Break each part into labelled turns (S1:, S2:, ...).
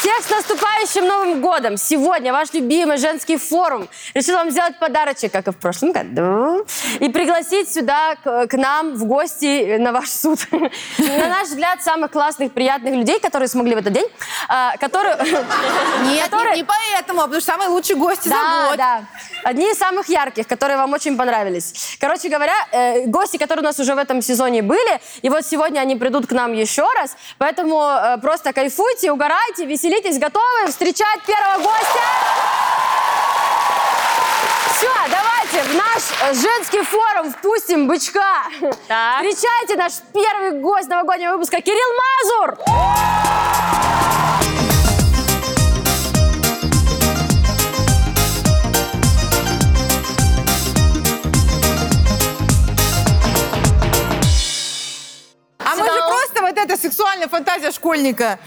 S1: Всех с наступающим Новым годом! Сегодня ваш любимый женский форум решил вам сделать подарочек, как и в прошлом году, и пригласить сюда к, к нам в гости на ваш суд. На наш взгляд, самых классных, приятных людей, которые смогли в этот день, а, которые...
S2: Нет,
S1: Который-
S2: нет, не поэтому, а потому что самые лучшие гости за
S1: Да,
S2: год.
S1: да. Одни из самых ярких, которые вам очень понравились. Короче говоря, э, гости, которые у нас уже в этом сезоне были, и вот сегодня они придут к нам еще раз, поэтому э, просто кайфуйте, угорайте, веселитесь, готовы встречать первого гостя? Все, давайте в наш э, женский форум впустим бычка.
S3: Так.
S1: Встречайте наш первый гость новогоднего выпуска Кирилл Мазур.
S2: А мы же просто вот эта сексуальная фантазия школьника.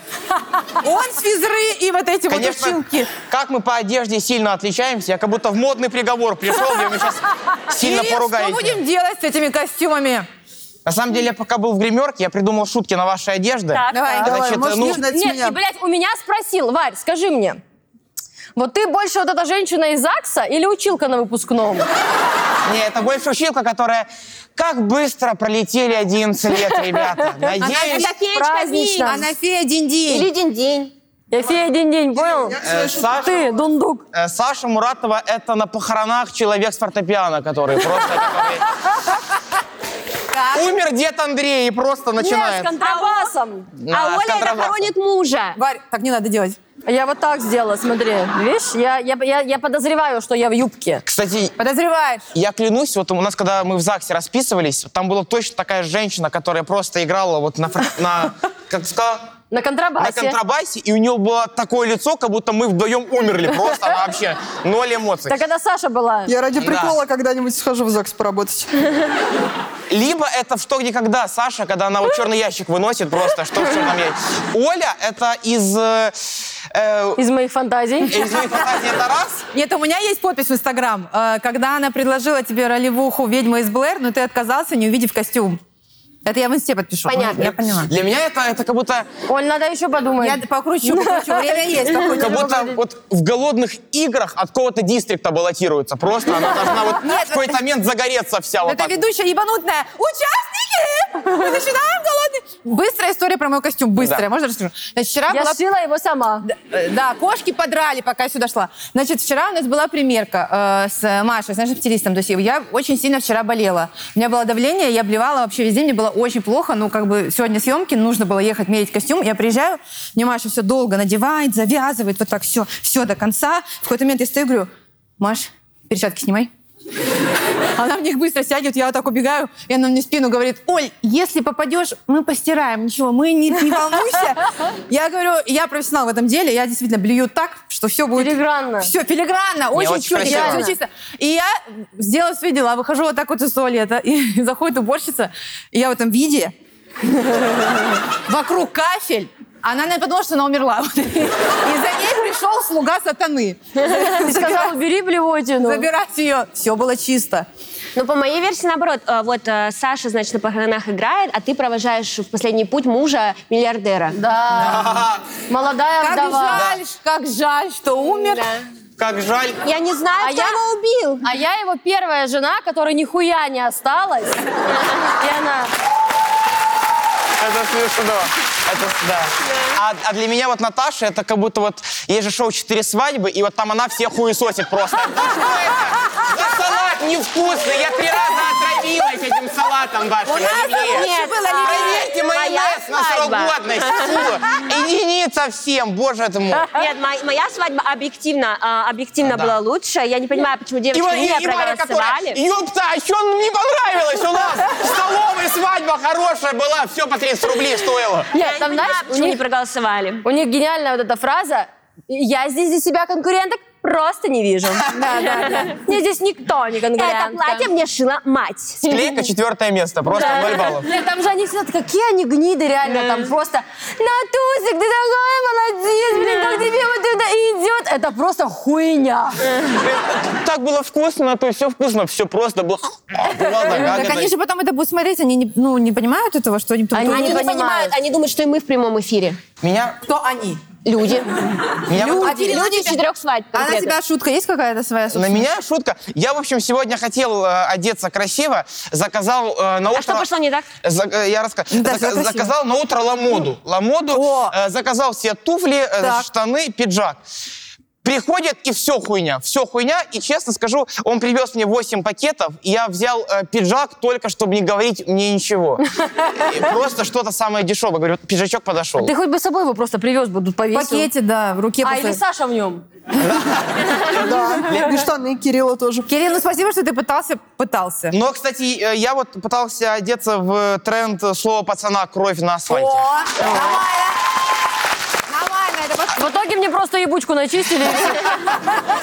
S2: Он с физры и вот эти вот
S4: Конечно,
S2: училки.
S4: как мы по одежде сильно отличаемся, я как будто в модный приговор пришел, где вы сейчас сильно
S2: Кирилл,
S4: поругаете.
S2: что будем делать с этими костюмами?
S4: На самом деле, я пока был в гримерке, я придумал шутки на ваши одежды.
S3: Так.
S2: Давай,
S4: А,
S2: давай,
S4: значит,
S2: можешь
S4: ну-
S2: начинать с
S1: Нет,
S2: меня.
S1: и, блядь, у меня спросил, Варь, скажи мне, вот ты больше вот эта женщина из ЗАГСа или училка на выпускном?
S4: Не, это больше училка, которая... Как быстро пролетели 11 лет, ребята. Надеюсь...
S2: Она феечка
S1: празднично.
S2: Динь. Она фея динь-динь.
S3: день-день.
S1: Я фея один день, понял?
S4: э, Саша,
S1: Ты, дундук.
S4: э, Саша Муратова — это на похоронах человек с фортепиано, который просто... который- Умер дед Андрей и просто
S1: Я с
S4: начинает.
S1: контрабасом.
S4: Да,
S3: а
S4: с
S3: Оля
S4: контрабасом.
S3: хоронит мужа.
S2: Варь, так не надо делать.
S1: Я вот так сделала, смотри. Видишь, я, я, я, я подозреваю, что я в юбке.
S4: Кстати,
S2: Подозреваешь?
S4: Я клянусь, вот у нас, когда мы в ЗАГСе расписывались, там была точно такая женщина, которая просто играла вот на, фор- на, как сказала,
S1: На
S4: на
S1: контрабасе.
S4: контрабасе, и у нее было такое лицо, как будто мы вдвоем умерли просто она вообще. Ноль эмоций.
S1: Так это Саша была.
S5: Я ради
S4: Да.
S5: прикола когда-нибудь схожу в ЗАГС поработать.
S4: Либо это в «Что, где, когда» Саша, когда она вот черный ящик выносит просто, что в черном ящике. Оля, это из... э, э,
S1: Из моих фантазий.
S4: из моей фантазии это раз.
S2: Нет, у меня есть подпись в Инстаграм. э, Когда она предложила тебе ролевуху «Ведьма из Блэр», но ты отказался, не увидев костюм. Это я в инсте подпишу.
S3: Понятно.
S2: Я поняла.
S4: Для меня это, это как будто,
S1: Оль, надо еще подумать.
S2: Я покручу, покручу. Время есть. покручу.
S4: как будто вот в голодных играх от какого-то дистрикта баллотируется. Просто она должна вот
S2: Нет,
S4: в какой-то момент загореться вся. вот
S2: Это
S4: так вот.
S2: ведущая ебанутная. Участники! Мы начинаем голодный. Быстрая история про мой костюм. Быстрая.
S4: Да.
S2: Можно расскажу? Значит, вчера
S1: Я
S2: была...
S1: сшила его сама.
S2: Э, Да, кошки подрали, пока я сюда шла. Значит, вчера у нас была примерка э, с Машей, с нашим стилистом. То есть я очень сильно вчера болела. У меня было давление, я блевала вообще везде, мне было очень плохо. Ну, как бы сегодня съемки, нужно было ехать мерить костюм. Я приезжаю, мне Маша все долго надевает, завязывает, вот так все, все до конца. В какой-то момент я стою и говорю, Маш, перчатки снимай. Она в них быстро сядет, я вот так убегаю, и она мне в спину говорит, Оль, если попадешь, мы постираем, ничего, мы не, не волнуйся. Я говорю, я профессионал в этом деле, я действительно блюю так, что все будет...
S1: Филигранно.
S2: Все, филигранно, очень
S4: очень
S2: чудесно,
S4: красиво.
S2: все чисто. И я сделала свои дела, выхожу вот так вот из туалета, и заходит уборщица, и я в этом виде, вокруг кафель, она наверное, подумала, что она умерла. И за ней пришел слуга сатаны.
S1: Ты сказала, убери блевотину.
S2: Забирать ее. Все было чисто.
S3: Ну, по моей версии, наоборот, э, вот э, Саша, значит, на похоронах играет, а ты провожаешь в последний путь мужа миллиардера.
S1: Да. Молодая
S2: Как
S1: вдова.
S2: жаль, как жаль, что умер.
S4: Как жаль.
S3: Я не
S1: А
S3: знаю, кто
S1: я-
S3: его убил.
S1: А я его первая жена, которой нихуя не осталось. И она...
S4: Это смешно. Это с- да. А, а для меня вот Наташа, это как будто вот... Есть же шоу «Четыре свадьбы», и вот там она всех хуесосит просто. Ну что это? Да салат невкусный, я три раза отравилась этим салатом вашим. оливье.
S3: Нет,
S2: было
S3: а,
S4: Проверьте майонез на срок
S3: свадьба.
S4: годности. фу. Единица всем, боже ты мой.
S3: Нет, мо- моя свадьба объективно, а, объективно
S4: Да.
S3: была лучше. Я не понимаю, почему
S4: И,
S3: девочки
S4: Ва-
S3: не
S4: и- и Варя, которая,
S3: проголосовали.
S4: ёпта, а что не понравилось у нас? В столовой свадьба хорошая была, все по 30 рублей стоило.
S1: Нет,
S3: Я
S1: там,
S3: не понимаю,
S1: знаешь, у
S3: почему не
S1: них,
S3: проголосовали.
S1: у них гениальная вот эта фраза «Я здесь для себя конкуренток просто не вижу».
S2: Да, да, да.
S1: Мне здесь никто не конкурентка.
S3: Это платье мне шила мать.
S4: Склейка четвертое место, просто ноль баллов.
S1: Нет, там же они все какие они гниды реально, там просто «Натусик, ты такой молодец, блин, как тебе вот это идет!» Это просто хуйня.
S4: Так было вкусно, то все вкусно, все просто было.
S2: Так они же потом это будут смотреть, они не, ну, не понимают этого, что они...
S1: Они
S3: Они не
S1: понимают.
S3: понимают, они думают, что и мы в прямом эфире.
S4: Меня
S2: Кто они?
S3: Люди.
S4: Меня вот-
S3: Люди, люди четырех свадьб.
S2: А на
S3: конкретно.
S2: тебя шутка есть какая-то своя?
S4: На
S2: собственно?
S4: меня шутка. Я, в общем, сегодня хотел э, одеться красиво, заказал э, на утро...
S3: А что пошло не так?
S4: За- э, я раска-
S2: Ну, да,
S4: зака-
S2: красиво.
S4: заказал на утро ламоду. Ламоду,
S2: О.
S4: э, заказал себе туфли, э,
S2: Так.
S4: штаны, пиджак. Приходят, и все хуйня, все хуйня. И честно скажу, он привез мне 8 пакетов, и я взял э, пиджак только, чтобы не говорить мне ничего. И Просто что-то самое дешевое. Говорю, пиджачок подошел.
S1: Ты хоть бы с собой его просто привез, бы тут
S2: В
S1: повесил.
S2: пакете, да, в руке.
S1: А,
S2: после-
S1: или Саша в нем.
S5: Да. И штаны Кирилла тоже.
S2: Кирилл, ну спасибо, что ты пытался, пытался.
S4: Но, кстати, э, я вот пытался одеться в тренд слова пацана «кровь на асфальте».
S2: О, нормально. Нормально, это пос-
S1: В итоге мне просто ебучку начистили. и всё.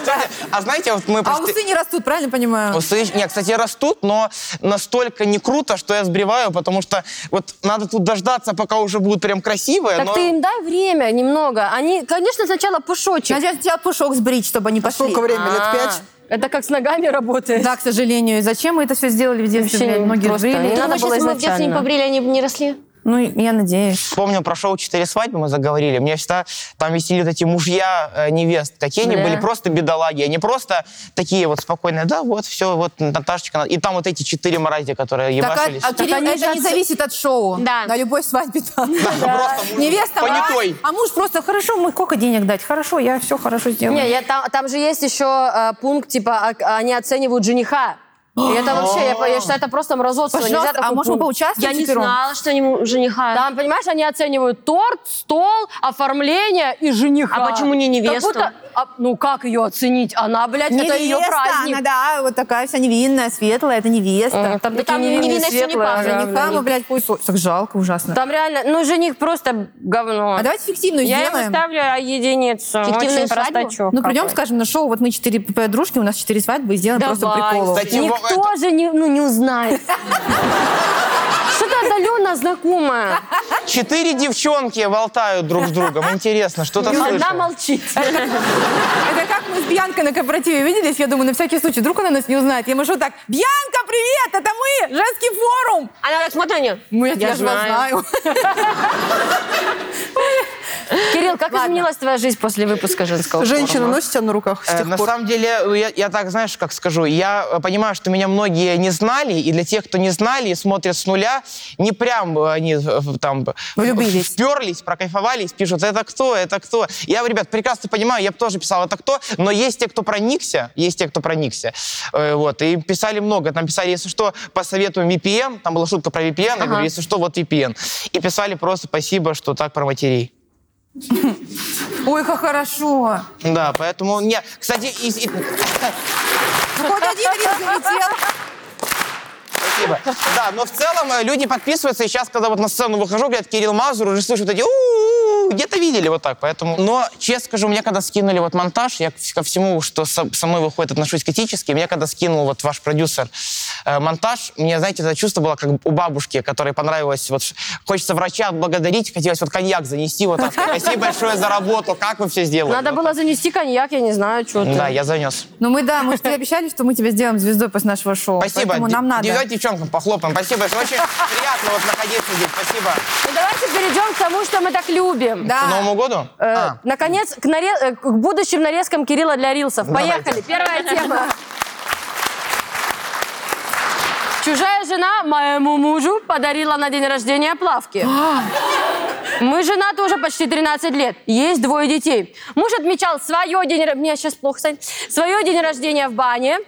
S4: Кстати, А знаете, вот мы...
S2: А
S4: просто-
S2: усы не растут, правильно понимаю?
S4: Усы, не, кстати, растут, но настолько не круто, что я сбриваю, потому что вот надо тут дождаться, пока уже будут прям красивые, но...
S1: Так ты им дай время немного. Они, конечно, сначала пушочек.
S2: Надо сначала пушок сбрить, чтобы они пошли.
S5: Сколько времени? Лет пять?
S1: Это как с ногами работает.
S2: Да, к сожалению. И зачем мы это все сделали в детстве?
S1: Вообще ну,
S2: блядь? Многие Ну,
S1: просто
S2: сбрили.
S1: не
S3: Ты
S1: надо
S3: думаешь,
S1: было
S3: если мы в детстве не
S1: изначально.
S3: побрили, они бы не росли?
S2: Ну, я надеюсь.
S4: Вспомнил, про шоу «Четыре свадьбы» мы заговорили. Меня всегда там веселили эти мужья э, невест. Какие они
S1: Да.
S4: были просто бедолаги. Они просто такие вот спокойные, да, вот, все, вот, Наташечка. И там вот эти четыре мрази, которые
S2: Так, а,
S4: ебашились.
S2: а, Кирилл,
S1: они же
S2: это не
S1: от-
S2: зависит от шоу.
S3: Да.
S2: На любой свадьбе там.
S4: Просто муж
S2: Невеста
S4: понятой.
S2: раз, а муж просто, хорошо, мы сколько денег дать? Хорошо, я все хорошо сделаю.
S1: Не, я там, там же есть еще э, пункт, типа, а- они оценивают жениха. И это вообще, я, по- я считаю, это просто мразотство. Нельзя
S2: Пожалуйста, а
S1: такой
S2: можем мы
S1: пункт.
S2: поучаствовать
S3: Я не
S2: четвером?
S3: знала, что они му- жениха.
S1: Там, понимаешь, они оценивают торт, стол, оформление и жениха.
S3: А почему не
S1: Как
S3: невесту?
S1: будто- а, ну, как ее оценить? Она, блядь, это ее
S2: Невеста,
S1: праздник.
S2: она, да, вот такая вся невинная, светлая, это невеста.
S1: Мгм, Там
S3: Ну,
S1: такие
S3: там
S1: невинные,
S3: невинностью не
S1: светлые,
S3: пахнет.
S1: ага,
S2: Жениха,
S1: блин.
S2: мы, блядь, хуй со- Так жалко, ужасно.
S1: Там реально, ну, жених просто говно.
S2: А давайте фиктивную
S1: Я
S2: сделаем.
S1: ему ставлю а, единицу.
S3: Фиктивную
S1: Очень
S3: свадьбу?
S1: простачок
S2: Ну, придем,
S1: какой.
S2: скажем, на шоу, вот мы четыре подружки, у нас четыре свадьбы, и сделаем
S3: Давай.
S2: просто прикол.
S4: Кстати, Вова, это-
S1: Никто же не, ну, не узнает. Что-то отдаленно знакомое.
S4: Четыре девчонки болтают друг с другом. Интересно, что-то
S1: Одна
S4: слышно.
S1: молчит.
S2: Это как мы с Бьянкой на корпоративе виделись, я думаю, на всякий случай, вдруг она нас не узнает. Я машу так, Бьянка, привет, это мы, женский форум.
S3: Она так смотрит на нее.
S2: Э, Мы, Ну, я, же вас знаю.
S1: Кирилл, как изменилась твоя жизнь после выпуска женского
S5: Женщина носит тебя на руках с
S4: Э,
S5: тех
S4: На
S5: пор?
S4: самом деле, ну, я, я так, знаешь, как скажу, я э, понимаю, что меня многие не знали, и для тех, кто не знали и смотрят с нуля, не прям э, они э, в- там в-
S2: Влюбились.
S4: вперлись, прокайфовались, пишут, это кто, это кто. Я, ребят, прекрасно понимаю, я бы тоже писал, это кто, но есть те, кто проникся, есть те, кто проникся. Э, Вот, и писали много, там писали, если что, посоветуем VPN, там была шутка про VPN, я говорю, если что, вот VPN. И писали просто спасибо, что так про матерей.
S2: Ой, как хорошо.
S4: Да, поэтому, не, кстати, и- и-
S2: Ну, хоть один рис залетел.
S4: Спасибо. Да, но в целом э, люди подписываются, и сейчас, когда вот на сцену выхожу, говорят, Кирилл Мазур, уже слышу вот эти «У-у-у», где-то видели вот так, поэтому... Но, честно скажу, мне когда скинули вот монтаж, я ко всему, что со, со мной выходит, отношусь критически, мне когда скинул вот ваш продюсер э, монтаж, мне, знаете, это чувство было как у бабушки, которой понравилось, вот ш- хочется врача отблагодарить, хотелось вот коньяк занести, вот так, сказать, спасибо большое за работу, как вы все сделали.
S1: Надо
S4: Вот
S1: было занести коньяк, я не знаю, что
S4: так. Да,
S1: ты.
S4: я занес.
S2: Ну, мы, да, мы же тебе обещали, что мы тебя сделаем звездой после нашего шоу.
S4: Спасибо.
S2: Поэтому нам
S4: Д-
S2: надо.
S4: Давайте девчонкам похлопаем. Спасибо. Это очень приятно вот находиться здесь. Спасибо.
S1: Ну, давайте перейдем к тому, что мы так любим.
S4: К
S2: Да.
S4: Новому году?
S1: Э,
S4: А.
S1: Наконец, к, наре- э, к будущим нарезкам Кирилла для рилсов. Поехали. Первая тема. Чужая жена моему мужу подарила на день рождения плавки.
S2: А.
S1: Мы женаты уже почти 13 лет. Есть двое детей. Муж отмечал свое день... ро- Мне сейчас плохо, Сань. Свое день рождения в бане.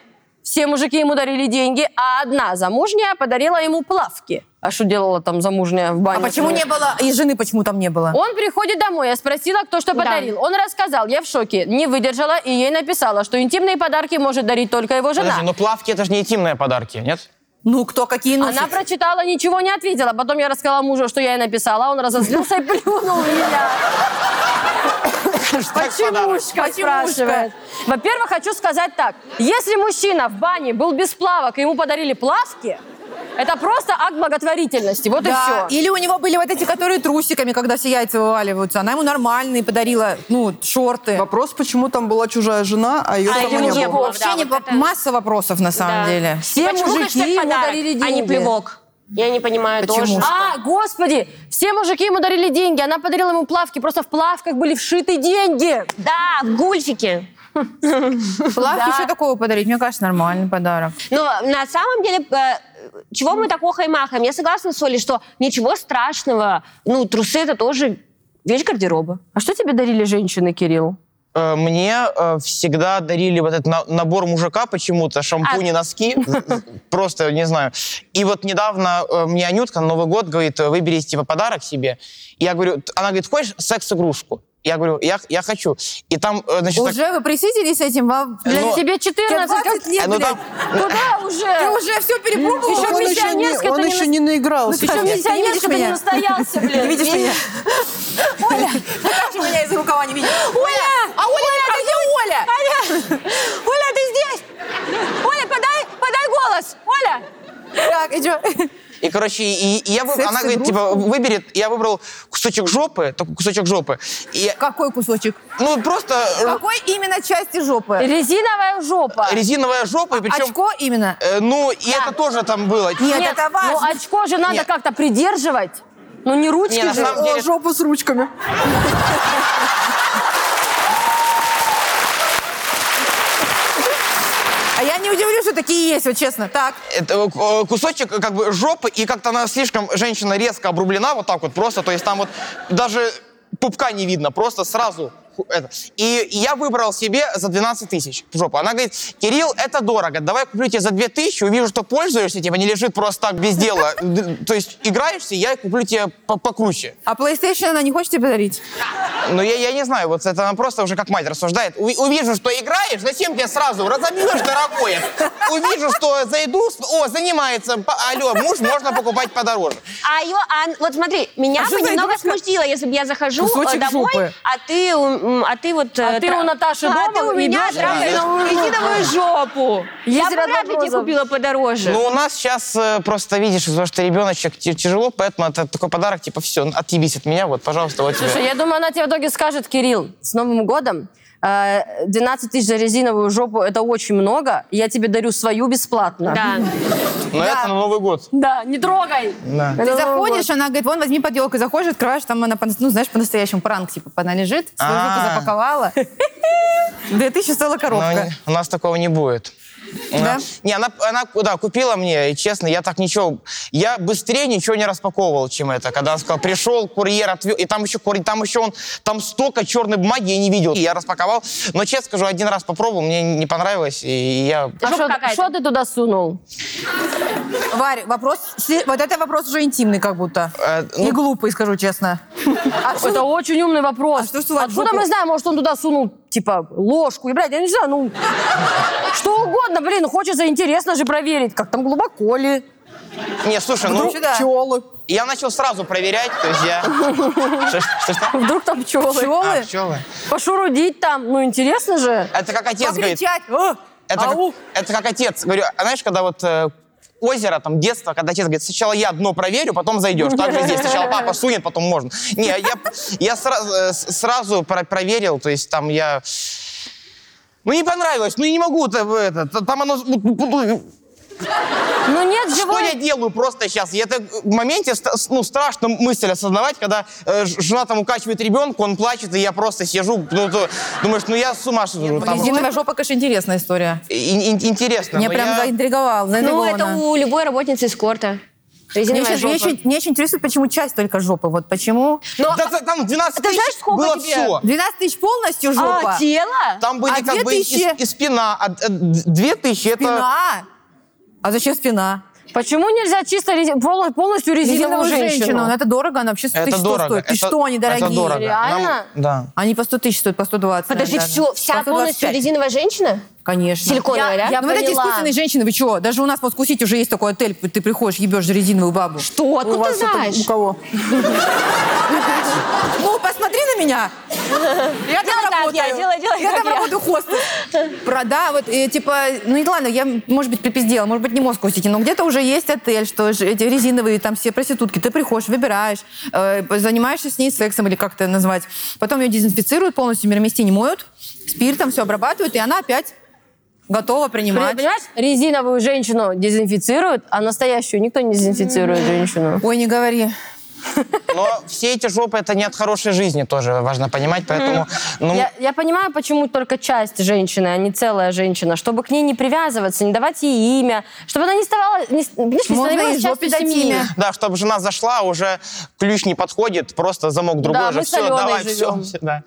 S1: Все мужики ему дарили деньги, а одна замужняя подарила ему плавки. А что делала там замужняя в бане?
S2: А почему не было? И жены почему там не было?
S1: Он приходит домой, я спросила, кто что
S3: Да.
S1: подарил. Он рассказал, я в шоке, не выдержала и ей написала, что интимные подарки может дарить только его жена.
S4: Подожди, но плавки это же не интимные подарки, нет?
S2: Ну, кто какие носит?
S1: Она прочитала, ничего не ответила. Потом я рассказала мужу, что я ей написала, а он разозлился и плюнул в меня. Почемушка,
S2: Почемушка.
S1: спрашивает. Во-первых, хочу сказать так. Если мужчина в бане был без плавок, и ему подарили плавки, это просто акт благотворительности. Вот
S2: Да.
S1: и все.
S2: Или у него были вот эти, которые трусиками, когда все яйца вываливаются. Она ему нормальные подарила, ну, шорты.
S5: Вопрос, почему там была чужая жена, а ее
S3: А
S5: самой
S3: его
S5: не
S3: не
S5: было.
S3: было.
S2: Вообще
S3: да,
S2: не
S3: вот
S2: по-
S3: это-
S2: масса вопросов на самом
S3: Да.
S2: деле.
S1: Все
S3: Почему
S1: мужики
S3: хэштег
S1: ему
S3: подарок,
S1: дарили
S3: а не
S1: деньги.
S3: плевок? Я не понимаю
S2: Почему?
S3: тоже.
S1: А, господи, все мужики ему дарили деньги, она подарила ему плавки, просто в плавках были вшиты деньги.
S3: Да, в гульфике.
S2: Плавки еще такого подарить, мне кажется, нормальный подарок.
S3: Но на самом деле, э, чего мы так охаем махаем? Я согласна с Олей, что ничего страшного. Ну, трусы это тоже вещь гардероба.
S1: А что тебе дарили женщины, Кирилл?
S4: Э, Мне э, всегда дарили вот этот на- набор мужика почему-то,
S2: А.
S4: шампуни, носки, просто не знаю. И вот недавно э, мне Анютка на Новый год говорит, э, выбери типа подарок себе. Я говорю, т- она говорит, хочешь секс-игрушку? Я говорю, я, я хочу. И там, э, значит, так-
S2: Уже вы присытились этим? Вам,
S4: Э,
S2: блядь,
S4: ну,
S1: тебе
S2: тебе
S1: 14, как
S2: 20 лет,
S4: э, ну,
S2: блядь.
S4: там-
S1: куда
S2: Ты
S1: уже?
S2: уже все перепробовал?
S1: Еще
S5: он еще не,
S1: пенсионерская-то
S5: он
S1: не
S5: еще
S1: на-
S5: не наигрался.
S1: Еще
S2: Ты не видишь
S1: миссионерка-то не
S2: меня?
S1: настоялся, блин.
S2: Не видишь меня? Оля, ты как же меня из-за рукава не видишь? Оля! А Оля, рядом, где Оля?
S3: Оля, ты здесь! Оля, подай, подай голос! Оля!
S2: Так, идем.
S4: И, короче, и, и я вы- она говорит, типа,
S2: Секс-игрушку?
S4: выбери, я выбрал кусочек жопы, только кусочек жопы. И,
S2: Какой кусочек?
S4: ну, просто э,
S2: Какой именно части жопы?
S1: Резиновая жопа.
S4: резиновая жопа, и причем...
S2: Очко именно?
S4: э, ну, и это тоже там было.
S2: Нет,
S1: ну
S2: это важно.
S1: очко же надо
S4: Нет.
S1: как-то придерживать. Ну не ручки
S4: Не, на
S1: же.
S4: самом деле-
S5: О, жопу с ручками.
S2: А я не удивлюсь, что такие есть, вот честно. Так,
S4: это, э, кусочек э, как бы жопы, и как-то она слишком, женщина резко обрублена вот так вот просто, то есть там вот даже пупка не видно, просто сразу. ху- это. И я выбрал себе за 12 тысяч жопу. Она говорит, Кирилл, это дорого, давай куплю тебе за 2 тысячи, увижу, что пользуешься, типа не лежит просто так без дела. Д- То есть играешься, я куплю тебе по- покруче.
S2: а PlayStation она не хочет тебе подарить?
S4: Но Ну, я, я не знаю, вот это она просто уже как мать рассуждает. У- увижу, что играешь, зачем тебе сразу? Разобьешь, дорогое. Увижу, что зайду, с- о, занимается, П- алло, муж, можно покупать подороже.
S3: А ее, а, вот смотри, меня
S2: А что
S3: бы
S2: за
S3: немного
S2: игрушка?
S3: смутило, если бы я захожу э,
S2: Кусочек
S3: домой,
S2: жопы.
S3: а ты, у- м, а ты вот... э,
S1: А ты у Наташи
S3: а
S1: дома
S3: ты у
S1: и Ну,
S3: меня
S1: дочь
S3: трахаешь резиновую жопу. Я бы
S1: Езеро
S3: вряд ли тебе
S1: Доброзов.
S3: купила подороже.
S4: Но Ну, у нас сейчас просто видишь, из-за того, что ребеночек ти- тяжело, поэтому это такой подарок, типа, все, отъебись от меня, вот, пожалуйста, вот тебе.
S1: Слушай, я думаю, она тебе в итоге скажет, Кирилл, с Новым годом э, 12 тысяч за резиновую жопу это очень много. Я тебе дарю свою бесплатно.
S3: Да.
S4: Но
S2: да.
S4: это на Новый год.
S1: Да, не трогай.
S4: Да.
S1: Это
S2: Ты
S1: Новый
S2: заходишь,
S1: год.
S2: она говорит, вон, возьми под елкой, заходишь, открываешь, там она, по- ну, знаешь, по-настоящему пранк, типа, она лежит, свою руку
S4: А. Ну,
S2: запаковала. Две тысячи стоила
S4: Но
S2: коробка.
S4: не- у нас такого не будет.
S2: Да?
S4: Не, она, она да, купила мне, и честно, я так ничего... Я быстрее ничего не распаковывал, чем это. Когда она сказала, пришел курьер, отвел... И там еще, курь- там еще он... Там столько черной бумаги я не видел. И я распаковал. Но, честно скажу, один раз попробовал, мне не понравилось, и я...
S1: А
S3: Жопа
S1: что-
S3: какая-то.
S1: что ты туда сунул?
S2: Варь, вопрос, сли- вот это вопрос уже интимный как будто.
S4: Э, ну-
S2: И глупый, скажу честно. А что-
S1: Это очень умный вопрос.
S2: А что сувать в
S1: Откуда
S2: жопу?
S1: мы знаем, может, он туда сунул, типа, ложку? И, блядь, я не знаю, ну, что угодно, блин, хочется интересно же проверить, как там глубоко ли.
S4: Не, слушай, ну,
S2: Вдруг- Да.
S5: Пчелы.
S4: я начал сразу проверять, то есть я... Что- что- что?
S1: Вдруг там пчелы.
S4: А,
S2: Пчелы?
S4: пчелы.
S1: Пошурудить там, ну, интересно же.
S4: Это как отец говорит.
S2: Покричать. «А,
S4: Это, как,
S2: ау».
S4: это как отец. Говорю, а знаешь, когда вот э, озеро, там, детство, когда отец говорит, сначала я дно проверю, потом зайдешь. Так же здесь. Сначала папа сунет, потом можно. Не, я, я сра- э, с- сразу про- проверил, то есть там я... Ну, не понравилось, ну, не могу, это, это, там оно...
S1: Ну, нет
S4: Что
S1: живой...
S4: я делаю просто сейчас? И это в моменте ст- ну, страшно мысль осознавать, когда э, ж- жена там укачивает ребенка, он плачет, и я просто сижу, ну, то- думаешь, ну я с ума схожу. там.
S2: Резиновая жопа, конечно, интересная история.
S4: Ин- ин- Интересно.
S2: Меня
S4: но
S2: ну, прям
S4: я-
S2: заинтриговал,
S3: Ну,
S2: заинтригована.
S3: это у любой работницы эскорта.
S2: Мне еще,
S3: Резиновая жопа.
S2: мне еще- мне еще интересует, почему часть только жопы. Вот почему?
S4: Да за- там 12
S3: ты
S4: тысяч
S3: знаешь, сколько
S4: было
S3: тебе?
S4: все.
S2: 12 тысяч полностью жопа.
S3: А, тело?
S4: Там были
S2: А
S4: как бы и,
S2: 2000?
S4: и спина. А, э, две тысячи это...
S2: Спина? А зачем спина?
S1: Почему нельзя чисто рези- полу- полностью резиновую,
S2: Резиновую женщину. Ну, это дорого, она вообще 100
S4: Это
S2: тысяч сто
S4: дорого.
S2: стоит. Ты
S4: это-
S2: что, они дорогие?
S4: Это дорого.
S1: Реально?
S4: Нам- да.
S2: Они по 100 тысяч стоят, по 120.
S3: Подожди,
S2: наверное.
S3: все, вся
S2: По 125.
S3: полностью резиновая женщина?
S2: Конечно.
S3: Силиконовая, да?
S1: я
S2: ну, вот эти
S1: поняла.
S2: искусственные женщины, вы чего? Даже у нас вот кусить уже есть такой отель, ты приходишь, ебешь резиновую бабу.
S3: Что?
S2: У
S3: Откуда Ну, ты
S2: вас это-
S3: знаешь?
S2: У кого? Ну, посмотри на меня. Я
S3: Делай так,
S2: там работаю.
S3: я, делай, делай,
S2: Я
S3: как
S2: там
S3: я.
S2: работаю хостес. Прода, вот, э, типа, ну, и ладно, я, может быть, припиздела, может быть, не мозг кусите, но где-то уже есть отель, что ж- эти резиновые там все проститутки, ты приходишь, выбираешь, э, занимаешься с ней сексом или как это назвать. Потом ее дезинфицируют полностью, миромести не моют, спиртом все обрабатывают, и она опять готова
S1: При-
S2: принимать.
S1: Понимаешь, резиновую женщину дезинфицируют, а настоящую никто не дезинфицирует женщину.
S2: Ой, не говори.
S4: Но все эти жопы, это не от хорошей жизни тоже, важно понимать, поэтому... Ну,
S1: Я, я понимаю, почему только часть женщины, а не целая женщина, чтобы к ней не привязываться, не давать ей имя, чтобы она не стала, не, с- понимаешь, не
S2: Можно
S1: становилась
S2: и
S1: частью
S2: жопе дать
S1: семьи.
S2: имя.
S4: Да, чтобы жена зашла, уже ключ не подходит, просто замок другой
S1: Да,
S4: уже.
S1: мы с
S4: все,
S1: Аленой
S4: давай,
S1: живем.
S4: все, да.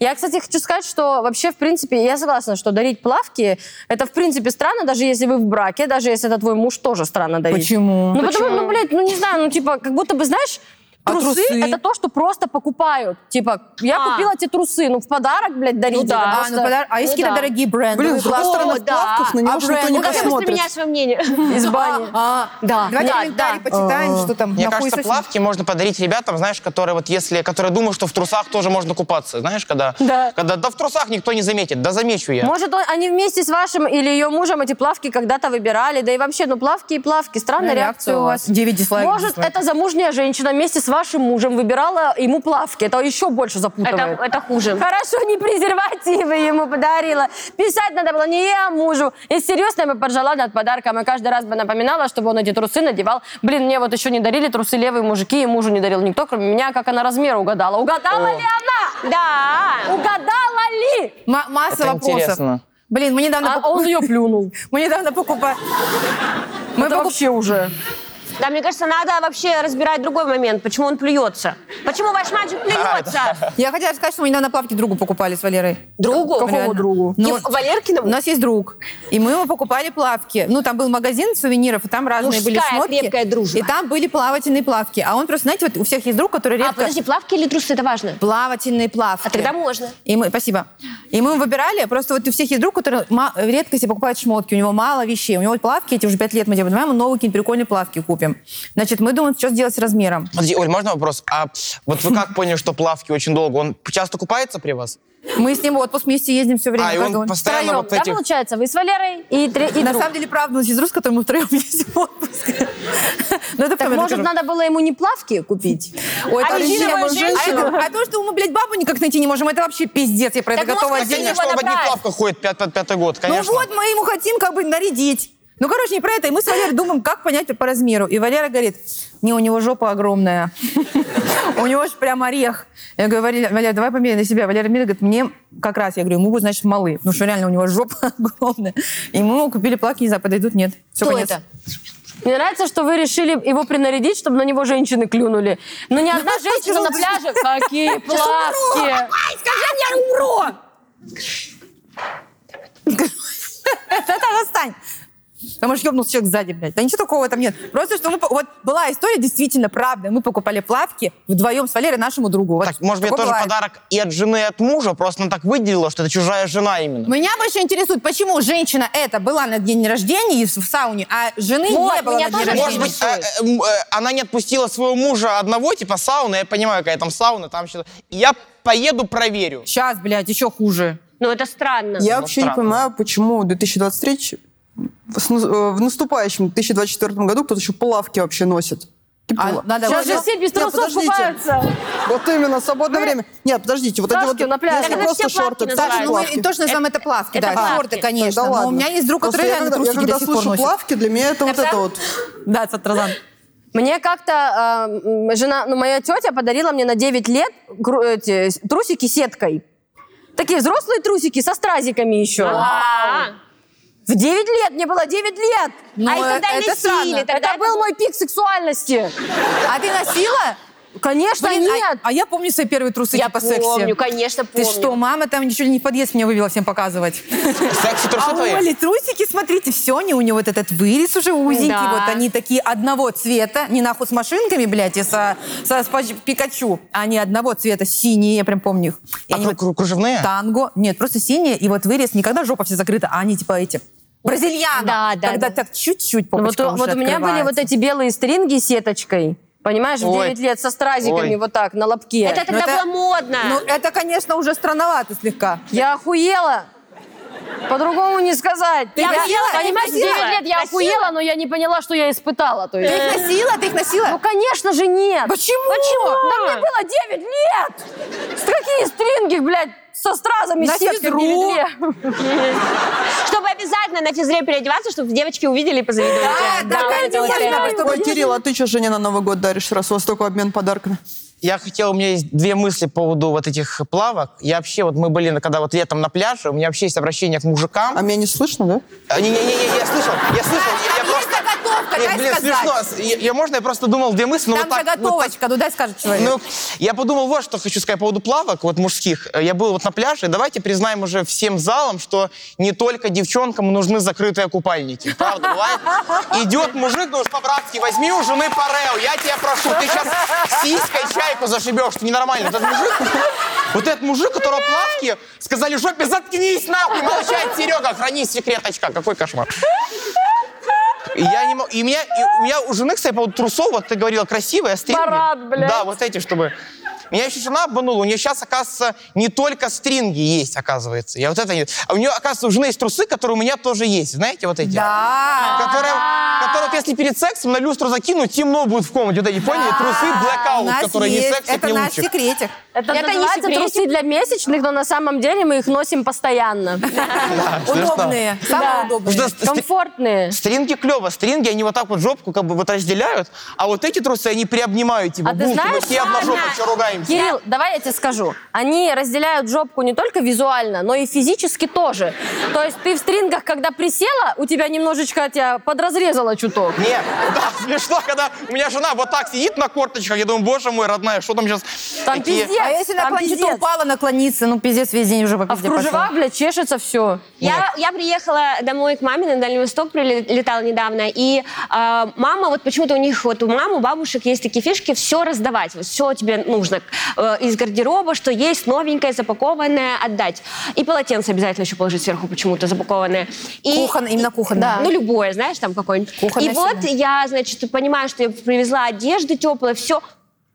S1: Я, кстати, хочу сказать, что вообще, в принципе, я согласна, что дарить плавки, это, в принципе, странно, даже если вы в браке, даже если это твой муж, тоже странно дарить.
S2: Почему?
S1: Ну, потому, ну, блядь, ну, не знаю, ну, типа, как будто бы, знаешь,
S2: А
S1: Трусы,
S2: трусы?
S1: это то, что просто покупают. Типа, я
S3: А.
S1: купила тебе трусы, ну в подарок, блядь, дарить.
S3: Ну да.
S1: это
S2: А,
S1: просто-
S2: ну, подар- а есть
S1: Ну
S2: какие-то
S1: да.
S2: дорогие бренды?
S5: Блин, с другой стороны, в
S3: да.
S5: плавках на него
S2: А
S5: же никто
S2: бренд?
S5: не
S3: Ну, как ты быстро
S5: посмотрит.
S3: меняешь свое мнение?
S1: Из бани. Да.
S2: А, Давайте
S1: Да,
S2: комментарий
S1: да.
S2: почитаем, что там.
S4: Мне
S2: на хуй
S4: кажется,
S2: сосед.
S4: плавки можно подарить ребятам, знаешь, которые вот если, которые думают, что в трусах тоже можно купаться, знаешь, когда,
S1: Да.
S4: когда да в трусах никто не заметит, да замечу я.
S1: Может, он- они вместе с вашим или ее мужем эти плавки когда-то выбирали. Да и вообще, ну плавки и плавки. Странная
S2: Ну,
S1: реакция у вас.
S2: 9 дизлайков.
S1: Может,
S2: дизлайков.
S1: это замужняя женщина вместе с вашим мужем выбирала ему плавки. Это еще больше
S3: Это,
S1: запутывает.
S3: это хуже.
S1: Хорошо, не презервативы ему подарила. Писать надо было не я, а мужу. И серьезно, я бы поржала над подарком. И каждый раз бы напоминала, чтобы он эти трусы надевал. Блин, мне вот еще не дарили трусы левые мужики, и мужу не дарил никто, кроме меня, как она размер угадала. Угадала ли она?
S3: Да.
S1: Угадала ли?
S2: Ма- масса
S4: Это
S2: вопросов.
S4: интересно.
S2: Блин, мы недавно,
S1: А он ее плюнул.
S2: покуп- мы недавно покупали... Мы
S1: Это
S2: покуп-
S1: вообще уже.
S3: Да, мне кажется, надо вообще разбирать другой момент. Почему он плюется? Почему ваш мальчик
S2: А,
S3: плюется?
S2: Я хотела сказать, что мы недавно плавки другу покупали с Валерой.
S3: Другу? Э,
S1: Какому
S2: Реально.
S1: другу?
S2: Ну,
S3: Ев- Валеркиному?
S2: У нас есть друг. И мы ему покупали плавки. Ну, там был магазин сувениров, и там разные
S3: Мужская
S2: были шмотки.
S3: крепкая дружба.
S2: И там были плавательные плавки. А он просто, знаете, вот у всех есть друг, который редко...
S3: А, подожди, плавки или трусы, это важно.
S2: Плавательные плавки.
S3: А тогда можно.
S2: И мы, спасибо. И мы выбирали, просто вот у всех есть друг, который ма- редко себе покупает шмотки, у него мало вещей, у него вот плавки, эти уже пять лет мы тебе поднимаем, новые какие-нибудь прикольные плавки купим. Значит, мы думаем, что сделать с размером.
S4: Подожди, Оль, можно вопрос? А вот вы как поняли, что плавки очень долго? Он часто купается при вас?
S2: Мы с ним в отпуск вместе ездим все время.
S4: А, и он
S2: каждый он-
S4: постоянно
S1: Втроем.
S4: вот
S1: Да,
S4: эти...
S1: получается, вы с Валерой и, три- и
S2: На
S1: друг.
S2: самом деле, правда, у нас есть друг, с которым мы втроем ездим в отпуск. Ну, это
S1: Так,
S2: потом я
S1: может,
S2: расскажу.
S1: надо было ему не плавки купить?
S2: Ой, это
S3: резиновая
S2: вообще- а
S3: женщина?
S2: это- А то, что мы, блядь, бабу никак найти не можем, это вообще пиздец. Я про это
S3: Так,
S2: готова
S3: может,
S2: отдельно.
S3: его
S4: что он в одних
S3: направить.
S4: плавках ходит пят- пят- пятый год,
S2: Ну
S4: конечно.
S2: вот, мы ему хотим как бы нарядить. Ну, короче, не про это. И мы с Валерой думаем, как понять по размеру. И Валера говорит, не, у него жопа огромная. У него же прям орех. Я говорю, «Валер, Валер, давай померяй на себя. Валера меряет, говорит, мне как раз. Я говорю, ему будет, значит, малы. Потому что реально у него жопа огромная. И мы ему купили плавки, не знаю, подойдут, нет. Все,
S3: Кто
S2: конец.
S3: это?
S1: Мне нравится, что вы решили его принарядить, чтобы на него женщины клюнули. Но ни одна женщина на пляже. Какие плавки!
S2: Ай, скажи, я умру! Да-да, Отстань! Там аж ёбнулся человек сзади, блядь. Да ничего такого там нет. Просто что мы... по- Вот была история действительно правда. Мы покупали плавки вдвоем с Валерой нашему другу. Вот
S4: Так, может быть,
S2: такое
S4: тоже
S2: бывает.
S4: подарок и от жены, и от мужа, просто она так выделила, что это чужая жена именно.
S2: Меня больше интересует, почему женщина эта была на день рождения и в в сауне, а жены
S3: Вот,
S2: не было
S3: меня
S2: на день
S3: тоже
S2: рождения.
S4: Может быть, а, э, м, э, она не отпустила своего мужа одного, типа сауна, я понимаю, какая там сауна, там что-то. Я поеду, проверю.
S2: Сейчас, блядь, еще хуже.
S3: Ну, это странно.
S5: Я вообще не
S4: странно.
S5: понимаю, почему 2023 с ну- э, в наступающем 2024 году кто-то еще плавки вообще носит.
S2: А,
S5: Тепло.
S2: надо-
S1: Сейчас же
S2: Нет,
S1: все без трусов
S5: подождите.
S1: купаются.
S5: Вот именно, свободное время. Нет, подождите, вот эти
S1: Ташки
S5: вот...
S1: на пляже.
S5: если
S1: Так это
S5: просто
S3: все плавки
S5: шорты,
S3: называют.
S5: кстати,
S2: Ну, мы
S5: плавки.
S2: точно называем это плавки,
S3: это
S2: да.
S3: плавки.
S2: Шорты, конечно.
S5: Да
S2: но
S5: ладно.
S2: у меня есть друг,
S5: Просто
S2: который
S5: я
S2: реально
S5: когда-
S2: трусики
S5: Я
S2: до
S5: когда
S2: сих пор
S5: слышу
S2: носит.
S5: плавки, для меня это вот это
S3: Тарзан?
S5: вот.
S2: Да, Сатразан.
S1: Мне как-то э, м, жена, ну, моя тетя подарила мне на 9 лет гру- эти, с- трусики сеткой. Такие взрослые трусики со стразиками еще.
S3: А,
S1: В 9 лет, мне было 9 лет.
S2: Ну,
S3: а их тогда
S2: э, это странно.
S3: носили. тогда
S1: это был мой пик сексуальности.
S2: А ты носила?
S1: Конечно,
S2: Блин, а-
S1: нет.
S2: А, я помню свои первые трусы
S3: Я
S2: типа секси.
S3: помню, конечно,
S2: Ты
S3: помню.
S2: что, мама там ничего не в подъезд меня вывела всем показывать.
S4: Секси трусы
S2: А у
S4: твои.
S2: Оли трусики, смотрите, все, не у него вот этот вырез уже узенький,
S3: Да.
S2: вот они такие одного цвета, не нахуй с машинками, блядь, и со, со с пач- Пикачу, они одного цвета, синие, я прям помню их. И
S4: А
S2: они
S4: кру-
S2: вот
S4: кру- кружевные?
S2: танго, нет, просто синие, и вот вырез, никогда жопа вся закрыта, а они типа эти, бразильяно,
S3: Да, да,
S2: когда
S3: да.
S2: так чуть-чуть
S1: Ну, Вот,
S2: попочка
S1: у-
S2: уже
S1: вот у меня были
S2: открывается.
S1: вот эти белые стринги с сеточкой. Понимаешь, в
S4: Ой.
S1: 9 лет со стразиками
S4: Ой.
S1: вот так на лобке.
S3: Это
S2: Ну,
S3: тогда было модно.
S2: Ну, это, конечно, уже странновато слегка.
S1: Я охуела. По-другому не сказать.
S2: Ты носила? Ты
S1: Понимаешь, в 9
S2: носила?
S1: лет я
S3: Носила?
S1: охуела, но я не поняла, что я испытала. То
S2: Ты
S1: есть.
S2: их носила? Ты их
S1: Ну,
S2: носила?
S1: конечно же, нет.
S2: Почему?
S1: Да мне было 9 лет! С какие стринги, блядь, со стразами
S2: На
S1: сетка в
S2: физру.
S1: 9 лет?
S3: Чтобы обязательно на физре переодеваться, чтобы девочки увидели и позавидовали.
S2: Да,
S3: тебе.
S2: да,
S3: вот это вот
S2: конечно.
S3: реально.
S2: Давай,
S5: Ой, Кирилл, а ты что жене на Новый год даришь, раз у вас только обмен подарками?
S4: Я хотел, у меня есть две мысли по поводу вот этих плавок. Я вообще, вот мы были, на- когда вот летом на пляже, у меня вообще есть обращение к мужикам.
S5: А меня не слышно, да?
S4: А, Не-не-не, я слышал, я слышал, я- я
S2: Есть
S4: просто...
S2: заготовка,
S4: Нет,
S2: дай
S4: блин,
S2: сказать.
S4: смешно. Я, я- можно я просто думал две мысли, но
S2: Там
S4: вот так... вот
S2: заготовочка, ну дай скажет человек.
S4: Ну, я подумал вот, что хочу сказать по поводу плавок, вот мужских. Э, Я был вот на пляже, давайте признаем уже всем залом, что не только девчонкам нужны закрытые купальники. Правда, бывает? Идет мужик, ну уж по-братски, возьми у жены парео, я тебя прошу, ты сейчас сиськой чайку зашибешь, ты ненормально. Вот этот мужик, вот этот мужик, у которого плавки, сказали, жопе заткнись нахуй, молчать, Серега, храни секрет очка. Какой кошмар. И Я не мог- и, у меня, и у меня у жены, кстати, по поводу трусов, вот ты говорила, красивая, стринги.
S1: Парад, блядь.
S4: Да, А вот эти, чтобы... Меня еще жена обманула. У нее сейчас, оказывается, не только стринги есть, оказывается. Я вот это... не- А у нее, оказывается, у жены есть трусы, которые у меня тоже есть. Знаете, вот эти?
S2: Да.
S4: Которые, которые вот если перед сексом на люстру закинуть, темно будет в комнате. Вот эти, поняли?
S2: У
S4: Трусы blackout,
S2: нас
S4: которые не
S2: есть.
S4: секс,
S2: Это
S4: не
S2: наш
S4: лучик.
S2: секретик.
S1: Это,
S3: Это не
S1: называется
S3: секретик.
S1: трусы для месячных, но на самом деле мы их носим постоянно.
S4: Да, смешно.
S2: Удобные. Самые
S1: Да.
S2: удобные.
S4: Потому что стри-
S1: Комфортные.
S4: Стринги клево, стринги, они вот так вот жопку как бы вот разделяют, а вот эти трусы, они приобнимают тебя.
S1: А ты
S4: Бум,
S1: знаешь,
S4: мы все обнажем,
S1: ладно.
S4: все ругаемся.
S1: Кирилл, давай я тебе скажу. Они разделяют жопку не только визуально, но и физически тоже. То есть ты в стрингах, когда присела, у тебя немножечко тебя подразрезало чуток.
S4: Нет, да, смешно, когда у меня жена вот так сидит на корточках, я думаю, боже мой, родная, что там сейчас?
S1: Там пиздец.
S2: А если
S1: там
S2: наклониться,
S1: пиздец.
S2: упала, наклониться, ну пиздец весь день уже по
S1: А в
S2: пизде пошла.
S1: кружевах, бля, чешется все.
S3: Я, я приехала домой к маме на Дальний Восток, прилетала недавно, и э, мама, вот почему-то у них, вот у мам, у бабушек есть такие фишки, все раздавать, вот все тебе нужно э, из гардероба, что есть, новенькое, запакованное, отдать. И полотенце обязательно еще положить сверху почему-то запакованное. И,
S2: Кухонное, именно кухонное.
S3: Ну, любое, знаешь, там какое-нибудь.
S2: Кухонное
S3: И вот
S2: всегда.
S3: я, значит, понимаю, что я привезла одежды теплые, все,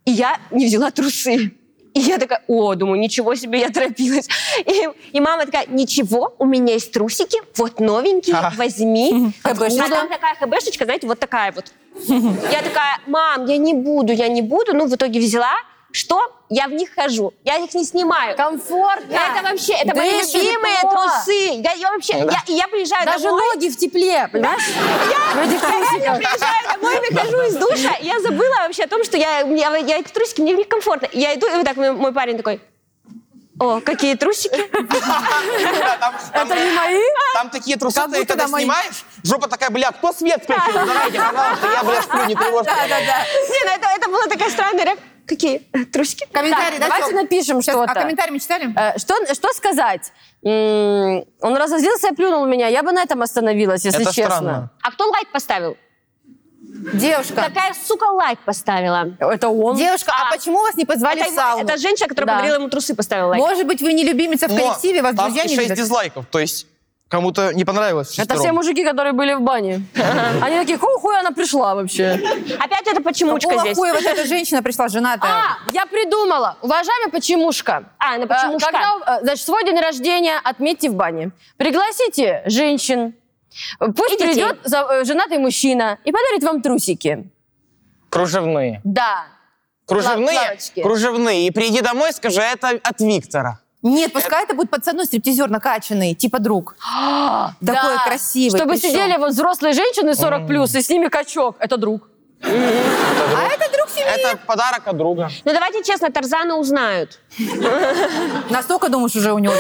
S3: и я не взяла трусы. И я такая, о, думаю, ничего себе, я торопилась. И, и мама такая, ничего, у меня есть трусики, вот новенькие,
S4: Ага.
S3: возьми.
S2: ХБшечка.
S3: А там такая хбшечка, знаете, вот такая вот. Я такая, мам, я не буду, я не буду. Ну, в итоге взяла. Что? Я в них хожу. Я их не снимаю.
S1: Комфортно.
S3: Это вообще, это мои
S1: Дышит
S3: любимые
S1: тепло.
S3: трусы. Я, я вообще, я, я приезжаю
S1: Даже
S3: домой.
S1: ноги в тепле, понимаешь? В этих
S3: Я
S1: трусиках.
S3: приезжаю домой, выхожу из душа, и я забыла вообще о том, что я, я, я эти трусики, мне некомфортно. Я иду, и вот так мой, мой парень такой, о, какие трусики.
S4: Да, там- там-
S1: Это не мои?
S4: Там такие трусы,
S2: Как
S4: ты
S2: будто
S4: когда
S2: домой.
S4: снимаешь, жопа такая, бля, кто свет включил? Давайте, пожалуйста, я, бля, сплю, не тревожьте.
S3: Не, ну это, это была такая странная реакция. Какие э, трусики?
S2: Комментарий, да,
S1: Давайте
S2: Сём?
S1: напишем
S2: Сейчас, а
S1: что-то.
S2: комментарий мы читали?
S1: Э, Что, что сказать? М, он разозлился и плюнул меня. Я бы на этом остановилась, если
S4: Это
S1: честно.
S4: странно.
S3: А кто лайк поставил?
S2: Девушка.
S3: Какая сука лайк поставила?
S1: Это он.
S2: Девушка, а
S3: А.
S2: почему вас не позвали
S3: Это,
S2: в
S3: его-
S2: сауну?
S3: это женщина, которая
S1: Да.
S3: подарила ему трусы, поставила лайк.
S2: Может быть, вы не любимица в
S4: Но
S2: коллективе, вас
S4: там
S2: друзья
S4: и
S2: не
S4: шесть
S2: любят.
S4: дизлайков, то есть кому-то не понравилось.
S1: Это
S4: шестером.
S1: все мужики, которые были в бане. Они такие, ху хуй она пришла вообще.
S3: Опять эта почемучка
S2: Какого
S3: здесь.
S2: хуя вот эта женщина пришла, женатая?
S1: А, я придумала. Уважаемая почемушка.
S3: А, она
S1: Э,
S3: почемушка.
S1: когда, э, значит, свой день рождения отметьте в бане. Пригласите женщин. Э, Пусть
S3: И детей.
S1: придет за- э, женатый мужчина и подарит вам трусики.
S4: Кружевные.
S1: Да.
S4: Кружевные?
S1: лавочки.
S4: Кружевные. И приди домой, скажи, это от Виктора.
S2: Нет, пускай это будет пацан, ну, стриптизер накачанный, типа друг. Такой
S1: Да.
S2: красивый.
S1: Чтобы
S2: причем.
S1: сидели вот взрослые женщины 40 плюс, и с ними качок. Это друг.
S2: А это друг семьи.
S4: Это подарок от друга.
S3: Ну давайте честно, Тарзана узнают.
S2: Настолько, думаешь, уже у него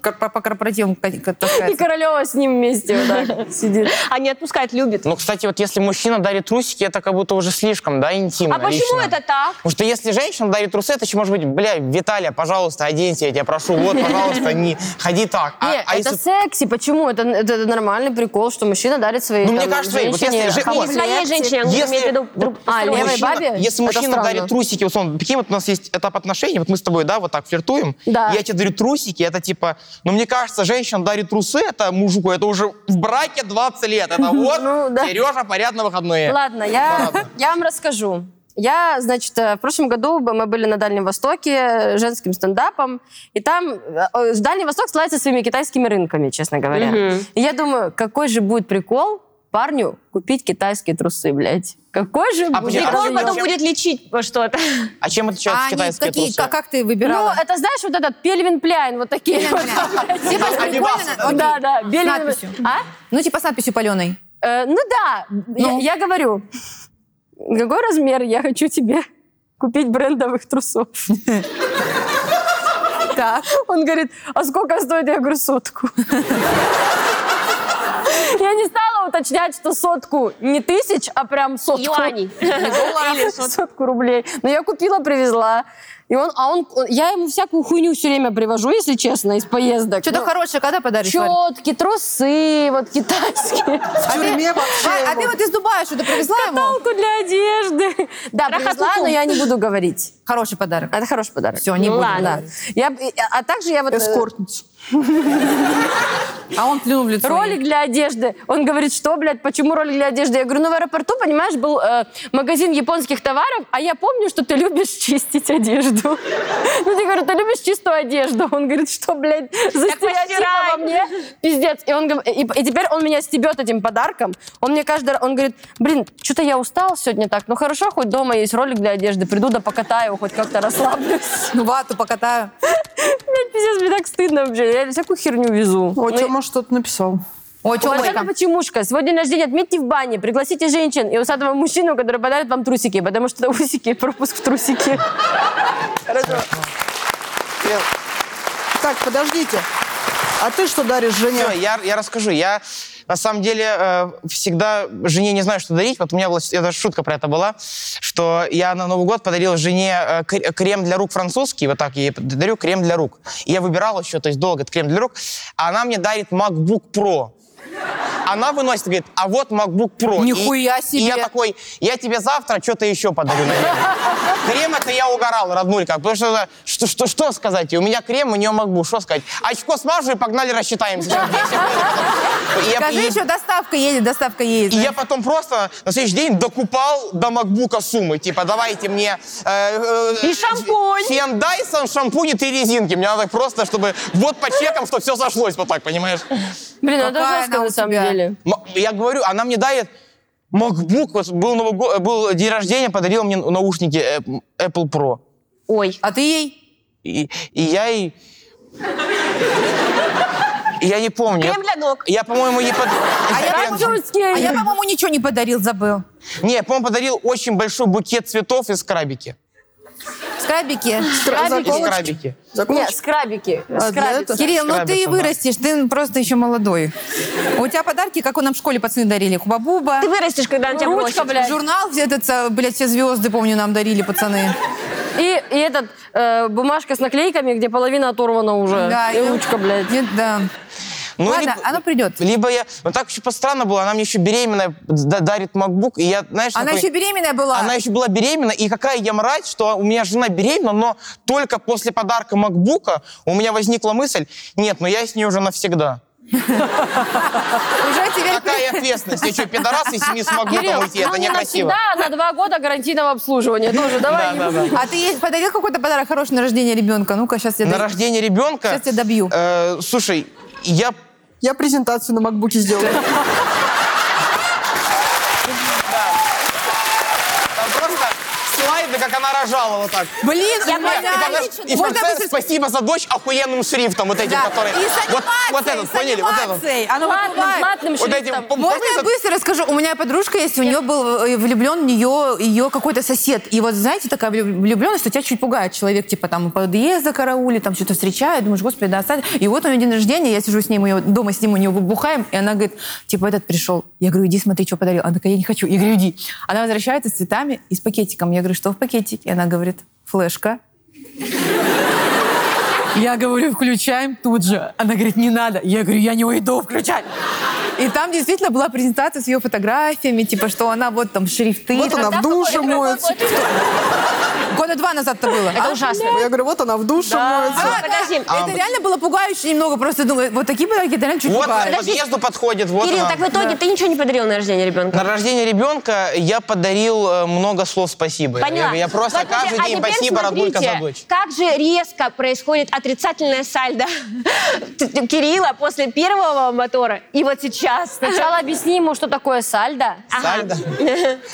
S2: как по, по корпоративам ка- ка-
S1: Ну. И
S2: таскается.
S1: Королева с ним вместе вот так сидит.
S3: А не отпускает, любит.
S4: Ну, кстати, вот если мужчина дарит трусики, это как будто уже слишком, да, интимно.
S3: а почему
S4: лично.
S3: это так?
S4: Потому что если женщина дарит трусы, это еще может быть, бля, Виталия, пожалуйста, оденься, я тебя прошу, вот, пожалуйста, не ходи так. А-
S1: Не,
S4: а
S1: это
S4: если-
S1: секси. Почему? Это, это нормальный прикол, что мужчина дарит своей
S4: Ну, мне
S1: там,
S4: кажется, смотри, вот
S1: женщине
S4: если же-
S1: комплект.
S4: вот.
S3: Своей женщине, она
S4: Если-
S3: имеет в виду друг-
S1: А,
S3: посторонней.
S1: левой
S4: мужчина-
S1: бабе?
S4: Если
S1: Это
S4: мужчина
S1: странно.
S4: дарит трусики, вот он, какие вот у нас есть этап отношений, вот мы с тобой, да, вот так флиртуем,
S1: Да.
S4: я тебе дарю трусики, это типа, ну, мне кажется, женщина дарит трусы, это мужику, это уже в браке 20 лет, это вот,
S1: Ну, да.
S4: Сережа, порядок на выходные.
S1: Ладно, я,
S4: Ладно.
S1: я вам расскажу. Я, значит, э, в прошлом году б- мы были на Дальнем Востоке э, женским стендапом, и там э, э, Дальний Восток славится своими китайскими рынками, честно говоря.
S3: Мгм.
S1: И я думаю, какой же будет прикол парню купить китайские трусы, блядь. Какой же
S4: А
S1: бред.
S4: почему-
S3: И
S4: а
S3: он
S4: зачем?
S3: потом будет лечить что-то.
S4: А чем отличаются
S2: А они
S4: китайские
S2: какие,
S4: трусы?
S2: как, как ты
S1: Ну,
S2: выбирала?
S1: это знаешь, вот этот Пельвин Пляйн, вот такие. вот.
S2: Типа с
S4: Адидас,
S2: прикольно-
S4: да.
S2: окей.
S1: Да, да, Пельвин.
S2: надписью.
S1: А?
S2: Ну, типа с надписью паленой.
S1: Э, Ну да,
S2: Ну?
S1: я я говорю, какой размер я хочу тебе купить брендовых трусов.
S2: Так.
S1: Он говорит, а сколько стоит? Я говорю, сотку. Я не стала уточнять, что сотку не тысяч, а прям сотку.
S3: Юаней.
S1: Или сотку рублей. Но я купила, привезла. И он, а он, он- я ему всякую хуйню все время привожу, если честно, из поездок.
S2: Что-то
S1: Ну,
S2: хорошее когда подаришь? Варь?
S1: Четки, трусы, вот китайские.
S5: В тюрьме
S2: Варь,
S5: вообще
S2: а ты
S5: его.
S2: вот из Дубая что-то привезла ему?
S1: Палку для одежды. Да, привезла,
S3: Рахатуку.
S1: но я не буду говорить.
S2: Хороший подарок.
S1: Это хороший подарок.
S2: Все, не
S3: Ну
S2: буду.
S3: ладно.
S1: Да. Я, б- а также я вот... э,
S5: эскортницу.
S2: А он плюнул в лицо.
S1: Ролик для одежды. Он говорит, что, блядь, почему ролик для одежды? Я говорю, ну в аэропорту, понимаешь, был э, магазин японских товаров, а я помню, что ты любишь чистить одежду. Ну, я говорю, ты любишь чистую одежду. Он говорит, что, блядь, за
S3: Так постирай.
S1: стереотипы во мне? Пиздец. И, он, гов- и, и теперь он меня стебет этим подарком. Он мне каждый раз, он говорит, блин, что-то я ей сегодня так. Ну хорошо, хоть дома есть ролик для одежды. Приду да покатаю, хоть как-то расслаблюсь.
S2: Ну, вату покатаю.
S1: Блядь, пиздец, мне так стыдно вообще. Я всякую херню везу. Ну,
S5: О, Тёма что-то написал.
S2: О, Тёма,
S1: Уважаемая
S2: там.
S1: почемушка, сегодня день рождения отметьте в бане, пригласите женщин и усатого мужчину, который подарит вам трусики, потому что усики, пропуск в трусики.
S5: Так, подождите. А ты что даришь жене?
S4: Всё, я, я расскажу. Я на самом деле э, всегда жене не знаю, что дарить. Вот у меня была с- эта шутка про это была, что я на Новый год подарил жене э, кр- крем для рук французский, вот так я ей дарю крем для рук. И я выбирал еще, то есть долго этот крем для рук, а она мне дарит MacBook Pro. Она выносит, говорит, а вот MacBook Pro. И-
S2: Нихуя
S4: И я
S2: себе.
S4: такой, я тебе завтра что-то еще подарю. наверное». Крем это я угорал, роднулька. Потому что, это- что, что, что сказать? ей? У меня крем, у нее MacBook. Что сказать? Очко смажу и погнали рассчитаемся. через 10 минут. И я-
S2: Скажи
S4: и-
S2: еще, доставка едет, доставка едет.
S4: и я потом просто на следующий день докупал до макбука суммы. Типа, давайте мне... э,
S3: И шампунь.
S4: Фен Дайсон, шампунь и три резинки. Мне надо просто, чтобы вот по чекам, что все сошлось вот так, понимаешь?
S1: Блин, ну это
S2: Какая
S1: жестко
S2: она
S1: на
S2: у
S1: самом
S2: тебя?
S1: деле.
S4: М- Я говорю, она мне дает MacBook, вот был, Новый го- был день рождения, подарила мне наушники э, Apple Pro.
S3: Ой.
S2: А ты ей?
S4: И, и я и... Я не помню.
S3: Крем для ног.
S4: Я, по-моему, не под...
S2: А я,
S4: Крем-
S2: по-моему,
S1: Французский.
S2: а я, по-моему, ничего не подарил, забыл.
S4: Не, я, по-моему, подарил очень большой букет цветов из крабики.
S2: Скрабики.
S4: Из
S2: Скрабики.
S4: крабики.
S1: Не,
S5: Закончил?
S1: скрабики.
S5: А, для
S1: скрабики.
S5: этого?
S2: Кирилл, ну ты
S4: Скрабиком, да.
S2: вырастешь, ты просто еще молодой. У тебя подарки, как у нам в школе пацаны дарили. Хубабуба,
S3: Ты вырастешь, когда он тебя
S1: Ручка,
S3: бросит.
S1: блядь.
S2: журнал, где этот, э, блядь, все звезды, помню, нам дарили пацаны.
S1: И, и этот, э, бумажка с наклейками, где половина оторвана уже.
S2: Да,
S1: и
S2: я-
S1: ручка, блядь.
S2: Нет, да.
S4: Ну,
S2: Ладно,
S4: либо-
S2: оно придет.
S4: Либо я... Ну, так еще странно было, она мне еще беременная да- дарит MacBook, и я, знаешь...
S2: Она
S4: такой-
S2: еще беременная была.
S4: Она еще была беременна, и какая я мразь, что у меня жена беременна, но только после подарка макбука у меня возникла мысль, нет, ну я с ней уже навсегда.
S2: Уже теперь...
S4: Какая ответственность? Я что, пидорас, если не смогу
S1: Кирилл,
S4: там уйти? Это
S1: ну, не
S4: некрасиво.
S1: навсегда, а на два года гарантийного обслуживания тоже. Давай. не будем.
S2: А ты ей подарил какой-то подарок хороший на рождение ребенка? Ну-ка, сейчас я
S4: На
S2: даю.
S4: рождение ребенка...
S2: Сейчас я добью.
S4: э, слушай, я...
S5: Я презентацию на макбуке сделала.
S4: там просто слайды, как она рожала вот так.
S2: Блин,
S4: И
S2: я
S4: когда- И в
S2: Можно
S4: конце
S2: быстро-
S4: спасибо за дочь охуенным шрифтом вот этим,
S2: Да.
S4: который...
S2: И с
S4: вот, вот
S2: анимацией,
S4: этот,
S2: с
S4: поняли? Вот этот.
S2: анимацией. Оно
S1: Платным,
S2: бывает.
S1: платным
S4: Вот этим...
S1: шрифтом.
S4: пом-
S2: Можно
S4: помните
S2: я
S4: этот-
S2: быстро расскажу? У меня подружка есть, у нее был э, влюблен в нее ее какой-то сосед. И вот, знаете, такая влю- влюбленность, что тебя чуть пугает человек, типа там у подъезда караули, там что-то встречает, думаешь, господи, да оставь. И вот у нее день рождения, я сижу с ним, ее дома с ним, у нее бухаем, и она говорит, типа, этот пришел. Я говорю, иди смотри, что подарил. Она такая, я не хочу. Я говорю, иди. Она возвращается с цветами и с пакетиком. Я говорю, что в пакетике? И она говорит, флешка. Я говорю, включаем тут же. Она говорит, не надо. Я говорю, я не уйду включать. И там действительно была презентация с ее фотографиями, типа, что она вот там шрифты.
S5: Вот она в душе моется.
S2: Год Года два назад это было.
S3: Это ужасно.
S5: Я говорю, вот она в душе моется.
S2: А,
S3: Подожди.
S2: да, Это реально было пугающе немного. Просто думаю, вот такие подарки это реально чуть
S4: Вот к
S2: пугают.
S3: Подожди.
S4: подъезду подходит, вот
S3: Кирилл,
S4: она.
S3: так в итоге ты ничего не подарил на рождение ребенка?
S4: На рождение ребенка я подарил э, много слов спасибо. Я
S3: Поняла.
S4: говорю, Э, Я просто
S3: Вот,
S4: каждый
S3: а
S4: день
S3: теперь
S4: спасибо, родулька,
S3: смотрите,
S4: за дочь.
S3: Как же резко происходит отрицательное сальдо Кирилла после первого мотора и вот сейчас.
S1: Сначала объясни ему, что такое сальдо.
S4: Сальдо.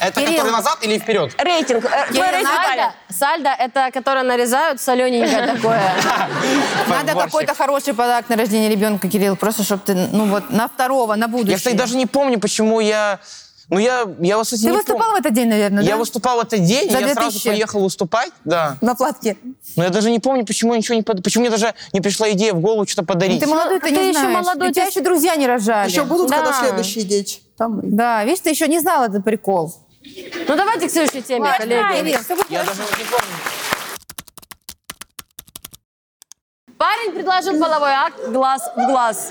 S4: Это который назад или вперед?
S3: Э, Рейтинг. э,
S2: Кирилл,
S3: вы раздали.
S1: Сальдо, сальдо это которое нарезают солененькое такое.
S2: Надо
S4: Подборщик.
S2: какой-то хороший подарок на рождение ребенка, Кирилл. Просто, чтобы ты, ну вот, на второго, на будущее.
S4: Я, кстати, даже не помню, почему я... Ну, я, я вас, кстати,
S2: Ты
S4: не
S2: выступал в
S4: помню.
S2: этот день, наверное,
S4: Я
S2: Ну да?
S4: выступал в этот день,
S2: За
S4: и я сразу
S2: 2000.
S4: поехал выступать, да.
S2: На платке.
S4: Но я даже не помню, почему я ничего не под... Почему мне даже не пришла идея в голову что-то подарить.
S2: Ну, Ты молодой, ты,
S1: Ты
S2: не
S1: еще
S2: знаешь.
S1: молодой,
S2: И тебя
S1: ты-
S2: еще друзья не рожали.
S5: Еще будут, когда
S1: Да.
S5: следующие дети. Там и-
S2: Да, видишь, ты еще не знал этот прикол.
S1: Ну давайте к следующей теме, коллеги.
S4: Я даже вот не помню.
S1: Парень предложил половой акт глаз в глаз.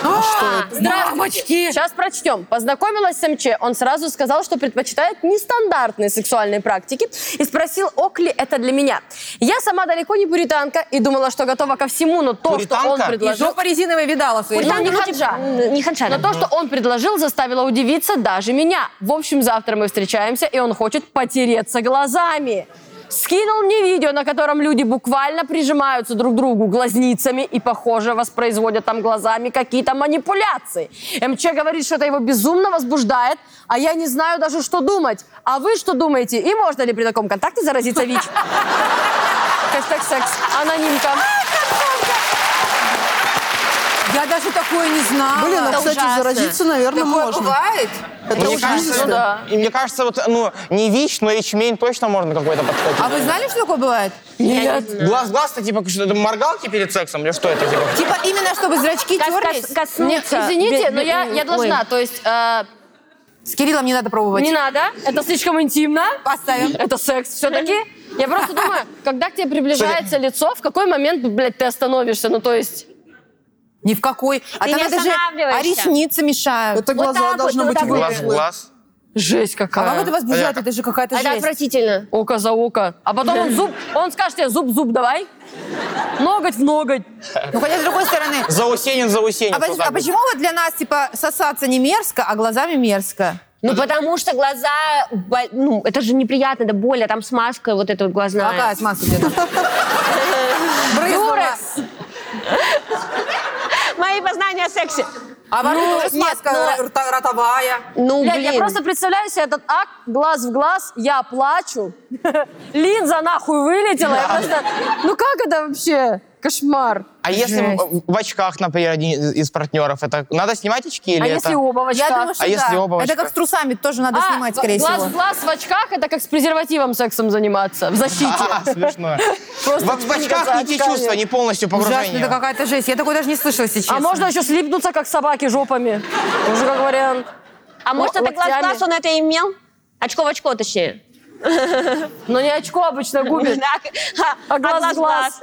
S2: А
S1: Здравствуйте. Сейчас прочтем. Познакомилась с МЧ. Он сразу сказал, что предпочитает нестандартные сексуальные практики и спросил, ок ли это для меня. Я сама далеко не пуританка и думала, что готова ко всему, но то, что он
S4: Пуританка?
S2: И
S1: предложил...
S2: жопа резиновая видала. в своей
S1: Там
S3: Там
S1: не
S3: ну,
S1: ханжа.
S3: типа, Не ханжа.
S1: Но Ну, то, что он предложил, заставило удивиться даже меня. В общем, завтра мы встречаемся, и он хочет потереться глазами. Скинул мне видео, на котором люди буквально прижимаются друг к другу глазницами и, похоже, воспроизводят там глазами какие-то манипуляции. МЧ говорит, что это его безумно возбуждает, а я не знаю даже, что думать. А вы что думаете? И можно ли при таком контакте заразиться ВИЧ? Хэштег секс. Анонимка.
S2: Я даже такое не знала.
S5: Блин, а,
S2: Это
S5: кстати,
S2: ужасно.
S5: заразиться, наверное,
S2: Такое
S5: можно.
S2: бывает?
S5: Это ну
S4: Мне кажется,
S5: ужасно.
S1: да.
S4: и мне кажется, вот, ну, не ВИЧ, но эйчмень точно можно какой-то подход.
S2: А вы знали, что такое бывает?
S1: Нет.
S4: Глаз глаз-то типа что это моргалки перед сексом или что это типа?
S2: Типа именно чтобы зрачки
S3: Кас-
S2: терлись?
S3: кас- коснуться.
S1: Мне- извините,
S3: Бе-
S1: но я,
S3: бе-
S1: я должна. То есть э,
S2: С Кириллом не надо пробовать.
S1: не надо, это слишком интимно.
S2: Поставим.
S1: Это секс все-таки. Я просто думаю, когда к тебе приближается лицо, в какой момент, блядь, ты остановишься? Ну, то есть...
S2: Ни в какой. А
S3: Ты
S2: там
S3: не
S2: это же,
S3: останавливаешься.
S2: а ресницы мешают.
S5: Это глаза
S3: так вот,
S5: должны
S3: вот
S5: быть
S3: так вот.
S4: Глаз в
S5: выпуклые.
S4: глаз.
S1: Жесть
S2: А
S1: какая.
S2: как это вас
S4: А я
S2: бежать?
S4: как?
S2: Это же какая-то
S3: Это
S2: жесть.
S3: отвратительно.
S1: Око за око. А потом он зуб... Он скажет тебе, зуб-зуб давай. Ноготь в ноготь.
S2: Ну хотя с другой стороны.
S4: Заусенин, заусенин.
S2: А,
S4: вот
S2: почему-
S4: так
S2: а
S4: вот.
S2: почему вот для нас типа сосаться не мерзко, а глазами мерзко?
S3: Ну, потому что глаза... бо- Ну, это же неприятно, это боль, а там смазка вот эта вот глазная.
S2: Какая смазка где-то? Брызнула.
S1: Дурекс.
S3: Мои познания о сексе.
S2: А во рту тоже смазка рта- ротовая.
S3: Ну,
S1: Блядь,
S3: блин.
S1: я просто представляю себе этот акт глаз в глаз, я плачу. Линза нахуй вылетела. Я просто... Ну как это вообще? Кошмар.
S4: А если в- в очках, например, один из- из партнеров, это надо снимать очки или
S1: А
S4: это?
S1: если оба в
S2: Я
S1: очках?
S2: думаю, что
S4: А если
S2: да.
S4: оба в
S2: Это
S4: очках?
S2: как с трусами тоже надо
S1: А,
S2: снимать,
S1: г-
S2: скорее
S1: глаз,
S2: всего.
S1: Глаз в очках, это как с презервативом сексом заниматься, в
S4: А,
S1: защите.
S4: смешно.
S1: Просто
S4: В, в очках не те
S1: очками.
S4: чувства, не полностью
S2: Ужасно,
S4: погружение.
S2: это какая-то жесть. Я такой даже не слышала сейчас.
S1: А можно еще слипнуться, как собаки, жопами. Уже как вариант.
S3: А может,
S1: Л-
S3: это
S1: локтями.
S3: глаз-глаз он это имел? Очко в очко, точнее.
S1: Но не очко обычно губит.
S3: Да,
S1: А глаз в глаз.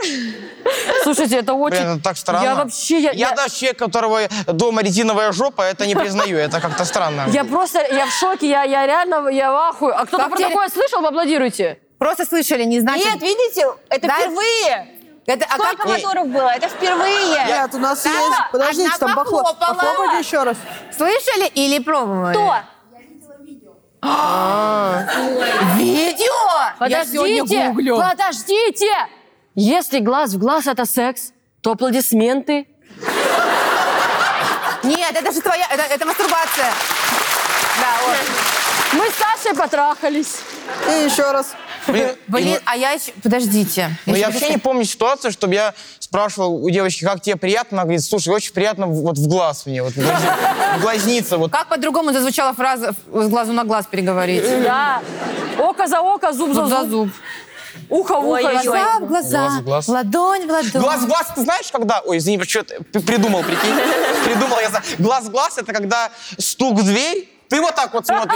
S1: Слушайте, это очень...
S4: Блин, это так странно.
S1: Я вообще... Я, я-
S4: даже человек, у которого дома резиновая жопа, это не признаю. Это как-то странно.
S1: я просто... Я в шоке, я, я реально... Я в ахуе. А кто-то
S2: Как
S1: про
S2: теле-
S1: такое слышал? Поаплодируйте.
S2: Просто слышали, не значит.
S3: Нет, видите, это
S2: Да.
S3: впервые.
S2: Это, а
S3: Сколько
S2: как...
S3: моторов было? Это впервые.
S5: Нет, у нас есть... Подождите,
S2: одна
S5: там бахлоп.
S2: похлопала.
S5: Похлопайте еще раз.
S2: Слышали или пробовали?
S3: Кто?
S4: А.
S2: Видео!
S1: Подождите! Подождите! Если глаз в глаз это секс, то аплодисменты.
S2: Нет, это же твоя... Это, это мастурбация. Да, вот.
S1: Мы с Сашей потрахались.
S5: И еще раз.
S4: Блин,
S2: Блин, а я еще... Подождите.
S4: Ну, я
S2: ещё
S4: вообще не помню ситуацию, чтобы я спрашивал у девочки, как тебе приятно? Она говорит, слушай, очень приятно в- вот в глаз мне, вот в глази- в глазнице. Вот.
S2: Как по-другому зазвучала фраза «с глазу на глаз переговорить»?
S1: Да. Око за око, зуб за
S2: Зуб за
S1: зуб.
S2: зуб.
S1: Ухо в ухо.
S3: Ой-ой-ой.
S1: и зуб.
S2: Глаза в глаза,
S4: Глаз в глаз.
S2: ладонь в ладонь.
S4: Глаз в глаз, ты знаешь, когда... Ой, извини, что придумал, прикинь. Придумал я. за- Глаз в глаз, это когда стук в дверь, ты вот так вот смотришь.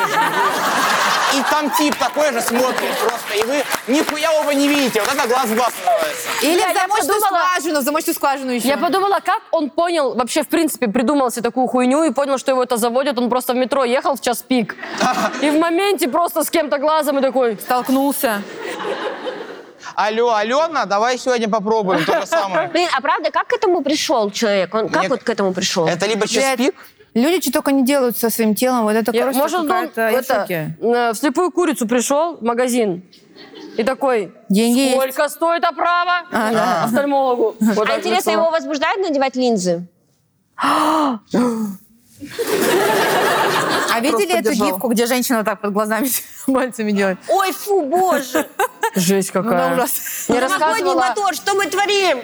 S4: И там тип такой же смотрит просто. И вы нихуя оба не видите. Вот это глаз в глаз называется.
S2: Или
S1: Я-
S2: в
S1: я
S2: замочную
S1: подумала-
S2: скважину, в замочную скважину еще.
S1: Я подумала, как он понял, вообще, в принципе, придумал себе такую хуйню и понял, что его это заводит. Он просто в метро ехал в час пик. И в моменте просто с кем-то глазом и такой...
S2: Столкнулся.
S4: Алло, Алена, давай сегодня попробуем то же самое.
S3: Блин, а правда, как к этому пришел человек? Он как
S4: Мне-
S3: вот к этому пришел?
S4: Это либо
S2: Блядь,
S4: час пик,
S2: Люди что только не делают со своим телом. Вот это
S1: Я-
S2: просто
S1: может, он
S2: какая-то... я в
S1: это,
S2: шоке.
S1: э, в слепую курицу пришел в магазин и такой...
S2: Деньги
S1: Сколько стоит оправа?
S2: А, да.
S1: Офтальмологу. Вот
S3: А
S1: так
S3: интересно,
S1: лицо.
S3: его возбуждает надевать линзы?
S2: А видели эту
S5: держала.
S2: гифку, где женщина вот так под глазами пальцами делает?
S3: Ой, фу, боже!
S1: Жесть какая.
S2: Ну да, ужас.
S1: Мне
S3: Новогодний
S1: рассказывала,
S3: мотор, что мы творим?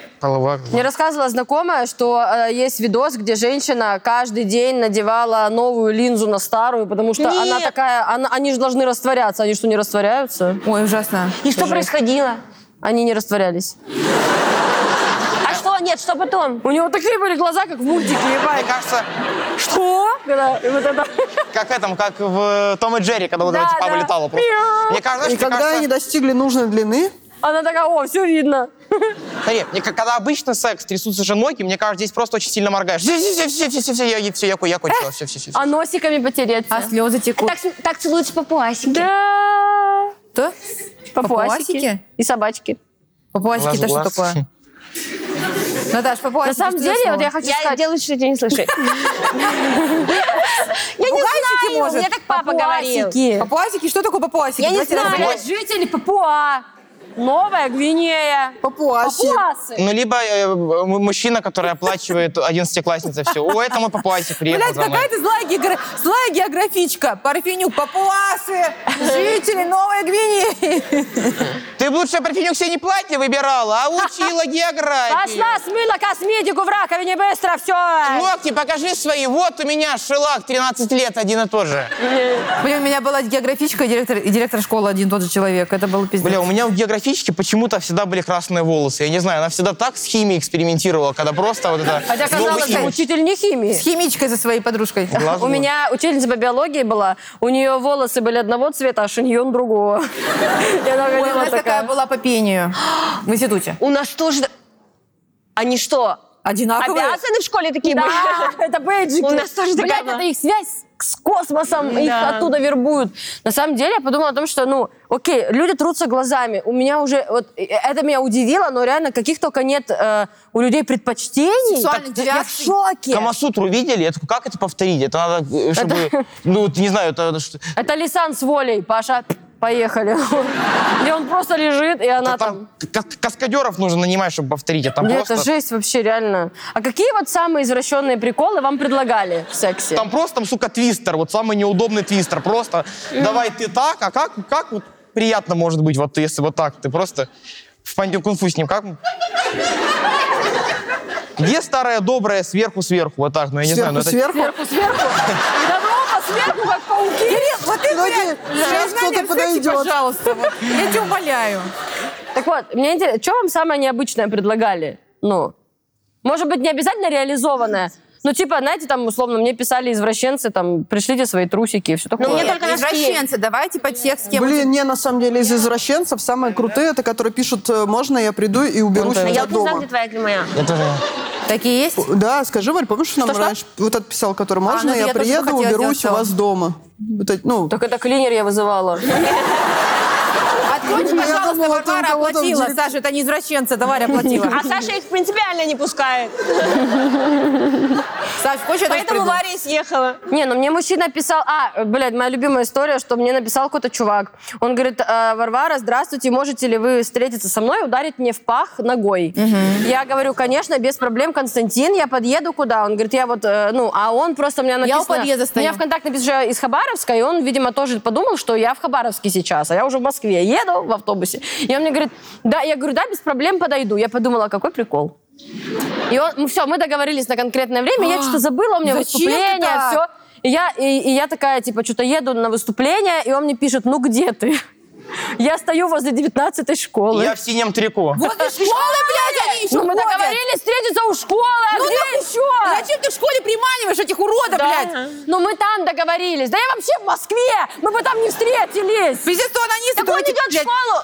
S1: мне рассказывала знакомая, что э, есть видос, где женщина каждый день надевала новую линзу на старую, потому что
S3: Нет.
S1: она такая, она- они же должны растворяться, они что, не растворяются?
S2: Ой, ужасно.
S3: И что происходило?
S1: Они не растворялись.
S3: А что, нет, что потом?
S1: У него такие были глаза, как в мультике,
S4: мне
S1: ебать.
S4: кажется,
S1: Что? Когда- и вот это.
S4: как этом, как в Том и Джерри, когда вот
S1: Да,
S4: эта типа
S1: да.
S4: вылетала просто. Мне кажется,
S5: И
S4: знаешь, мне
S5: когда
S4: кажется-
S5: они достигли нужной длины,
S1: Она такая, о, все видно.
S4: Смотри, мне как- когда обычно секс трясутся же ноги, мне кажется, здесь просто очень сильно моргаешь. Все, все, все, все, все, все, я, все, я, ку- я кончила, все, все, все.
S1: А носиками потереться.
S2: А слезы текут.
S3: Так, с- так целуются папуасики.
S1: Да.
S2: Что?
S1: Э, Папуасики.
S2: Папуасики?
S1: И собачки.
S2: Папуасики-то что такое? Наташ, папуасики.
S1: На самом
S2: что
S1: деле,
S2: за
S1: вот я
S2: слово?
S1: хочу
S3: Я
S1: сказать...
S3: делаю, что я тебя не слышу. Я
S2: Попугайчики,
S3: не знаю,
S2: может?
S3: мне так папа говорил.
S1: Папуасики.
S2: Папуасики? Что такое папуасики?
S3: Я не
S2: Давайте
S3: знаю.
S2: разберем.
S1: Блядь, жители Папуа. Новая Гвинея.
S5: папуаси.
S1: Папуасы.
S4: Ну, либо э, м- мужчина, который оплачивает 11 за все. О, это мой папуасик приехал
S2: Блядь,
S4: за мной.
S2: какая ты злая, геогра- злая географичка. Парфенюк, папуасы, жители Новой Гвинеи.
S4: Ты бы лучше парфюмерию Ксении платье выбирала, а учила географию.
S1: Пошла, смыла косметику в раковине, быстро, все.
S4: Ногти покажи свои. Вот у меня шелак 13 лет, один и тот же.
S2: Блин, у меня была географичка и директор, и директор школы один и тот же человек. Это был пиздец.
S4: Бля, у меня в географичке почему-то всегда были красные волосы. Я не знаю, она всегда так с химией экспериментировала, когда просто вот это... Ну,
S1: Хотя, казалось бы, учитель не химии.
S2: С химичкой за своей подружкой.
S4: Глаз
S1: У
S4: был.
S1: меня учительница по биологии была, у нее волосы были одного цвета, а шиньон другого. И она
S2: Ой, у
S1: ходила
S2: нас такая
S1: такая.
S2: была по пению в институте.
S3: У нас тоже... так- Они что,
S2: Одинаковые.
S3: обязаны в школе такие быть?
S1: А Да, это бейджики.
S3: У нас тоже такая
S1: Блядь,
S3: была.
S1: это их связь с космосом, их
S3: Да.
S1: оттуда вербуют. На самом деле, я подумала о том, что, ну, окей, люди трутся глазами. У меня уже, вот, э, это меня удивило, но реально каких только нет э, у людей предпочтений.
S2: Сексуальных
S1: Так, я в
S2: девиаций.
S1: шоке.
S4: Камасутру видели? Это, как это повторить? Это надо, э, чтобы... Ну, вот не знаю, это... что-
S1: Это Лисан с волей, Паша. Поехали. Где он просто лежит, и она
S4: А Там,
S1: там...
S4: кас- каскадеров нужно нанимать, чтобы повторить. А там
S1: Блин,
S4: просто...
S1: это жесть вообще, реально. А какие вот самые извращенные приколы вам предлагали в сексе?
S4: Там просто, там, сука, твистер. Вот самый неудобный твистер. Просто давай ты так, а как, как вот приятно может быть, вот если вот так. Ты просто в панде кунг-фу с ним. Как? Где старая добрая сверху-сверху? Вот так, ну я не знаю. ну, это-
S5: Сверху-сверху.
S1: Сверху, сверху. И Дорога сверху, как пауки.
S2: Кирилл, вот ты,
S5: Вроде
S2: блядь,
S5: сейчас
S2: признание
S5: кто-то
S2: в сексе,
S5: подойдет.
S2: пожалуйста. вот. Я тебя умоляю.
S1: Так вот, мне интересно, что вам самое необычное предлагали? Ну, может быть, не обязательно реализованное, ну, типа, знаете, там, условно, мне писали извращенцы, там, пришлите свои трусики и все такое.
S3: Ну, мне
S2: Нет,
S3: только носки.
S2: извращенцы, давайте по текст с кем
S5: Блин, не, на самом деле, из извращенцев самые крутые, это которые пишут, э, можно я приду и уберу
S4: да.
S5: себя
S3: А я
S5: от
S3: вот не знаю,
S5: дома.
S3: где твоя, где моя.
S4: это же-
S2: Такие есть?
S5: Да, скажи, Валь, помнишь, нам
S1: Что-что?
S5: раньше вот это писал, который можно,
S2: ну,
S5: я,
S2: я тоже
S5: приеду,
S2: хотела
S5: уберусь
S2: делать
S5: у вас дома. Вот это, ну,
S1: Так это клинер я вызывала.
S2: Откройте,
S5: Я
S2: пожалуйста,
S5: думала, там
S2: Варвара
S5: кого-то
S2: оплатила.
S5: взяли.
S2: Саша, это не извращенцы, товарь оплатила.
S3: А Саша их принципиально не пускает.
S2: Саш, хочешь, я тоже
S3: Поэтому
S2: приду?
S3: Варя и съехала.
S1: Не, ну мне мужчина писал... А, блядь, моя любимая история, что мне написал какой-то чувак. Он говорит, «Э, Варвара, здравствуйте, можете ли вы встретиться со мной и ударить мне в пах ногой? Я говорю, конечно, без проблем, Константин, я подъеду куда? Он говорит, я вот, э, ну, а он просто у меня написано...
S2: подъезда стою.
S1: У меня ВКонтакте написано, что я из Хабаровска, и он, видимо, тоже подумал, что я в Хабаровске сейчас, а я уже в Москве. Еду в автобусе. И он мне говорит, да, я говорю, да, без проблем подойду. Я подумала, какой прикол. И он, все, мы договорились на конкретное время, я что-то забыла, у меня
S2: А, Зачем ты
S1: выступление,
S2: так?
S1: все. И я, и, и я такая, типа, что-то еду на выступление, и он мне пишет, ну где ты? Я стою возле 19 школы.
S4: Я в синем трико.
S2: Возле школы, блядь, они еще
S1: Ну, мы
S2: ходят.
S1: договорились встретиться у школы, а
S2: Ну
S1: где
S2: так
S1: еще? чё?
S2: Зачем ты в школе приманиваешь этих уродов, блядь?
S1: Ну мы там договорились. Да я вообще в Москве. Мы бы там не встретились.
S2: Пиздец, что анонисты,
S1: Так он
S2: которые,
S1: идет в
S2: блядь,
S1: школу.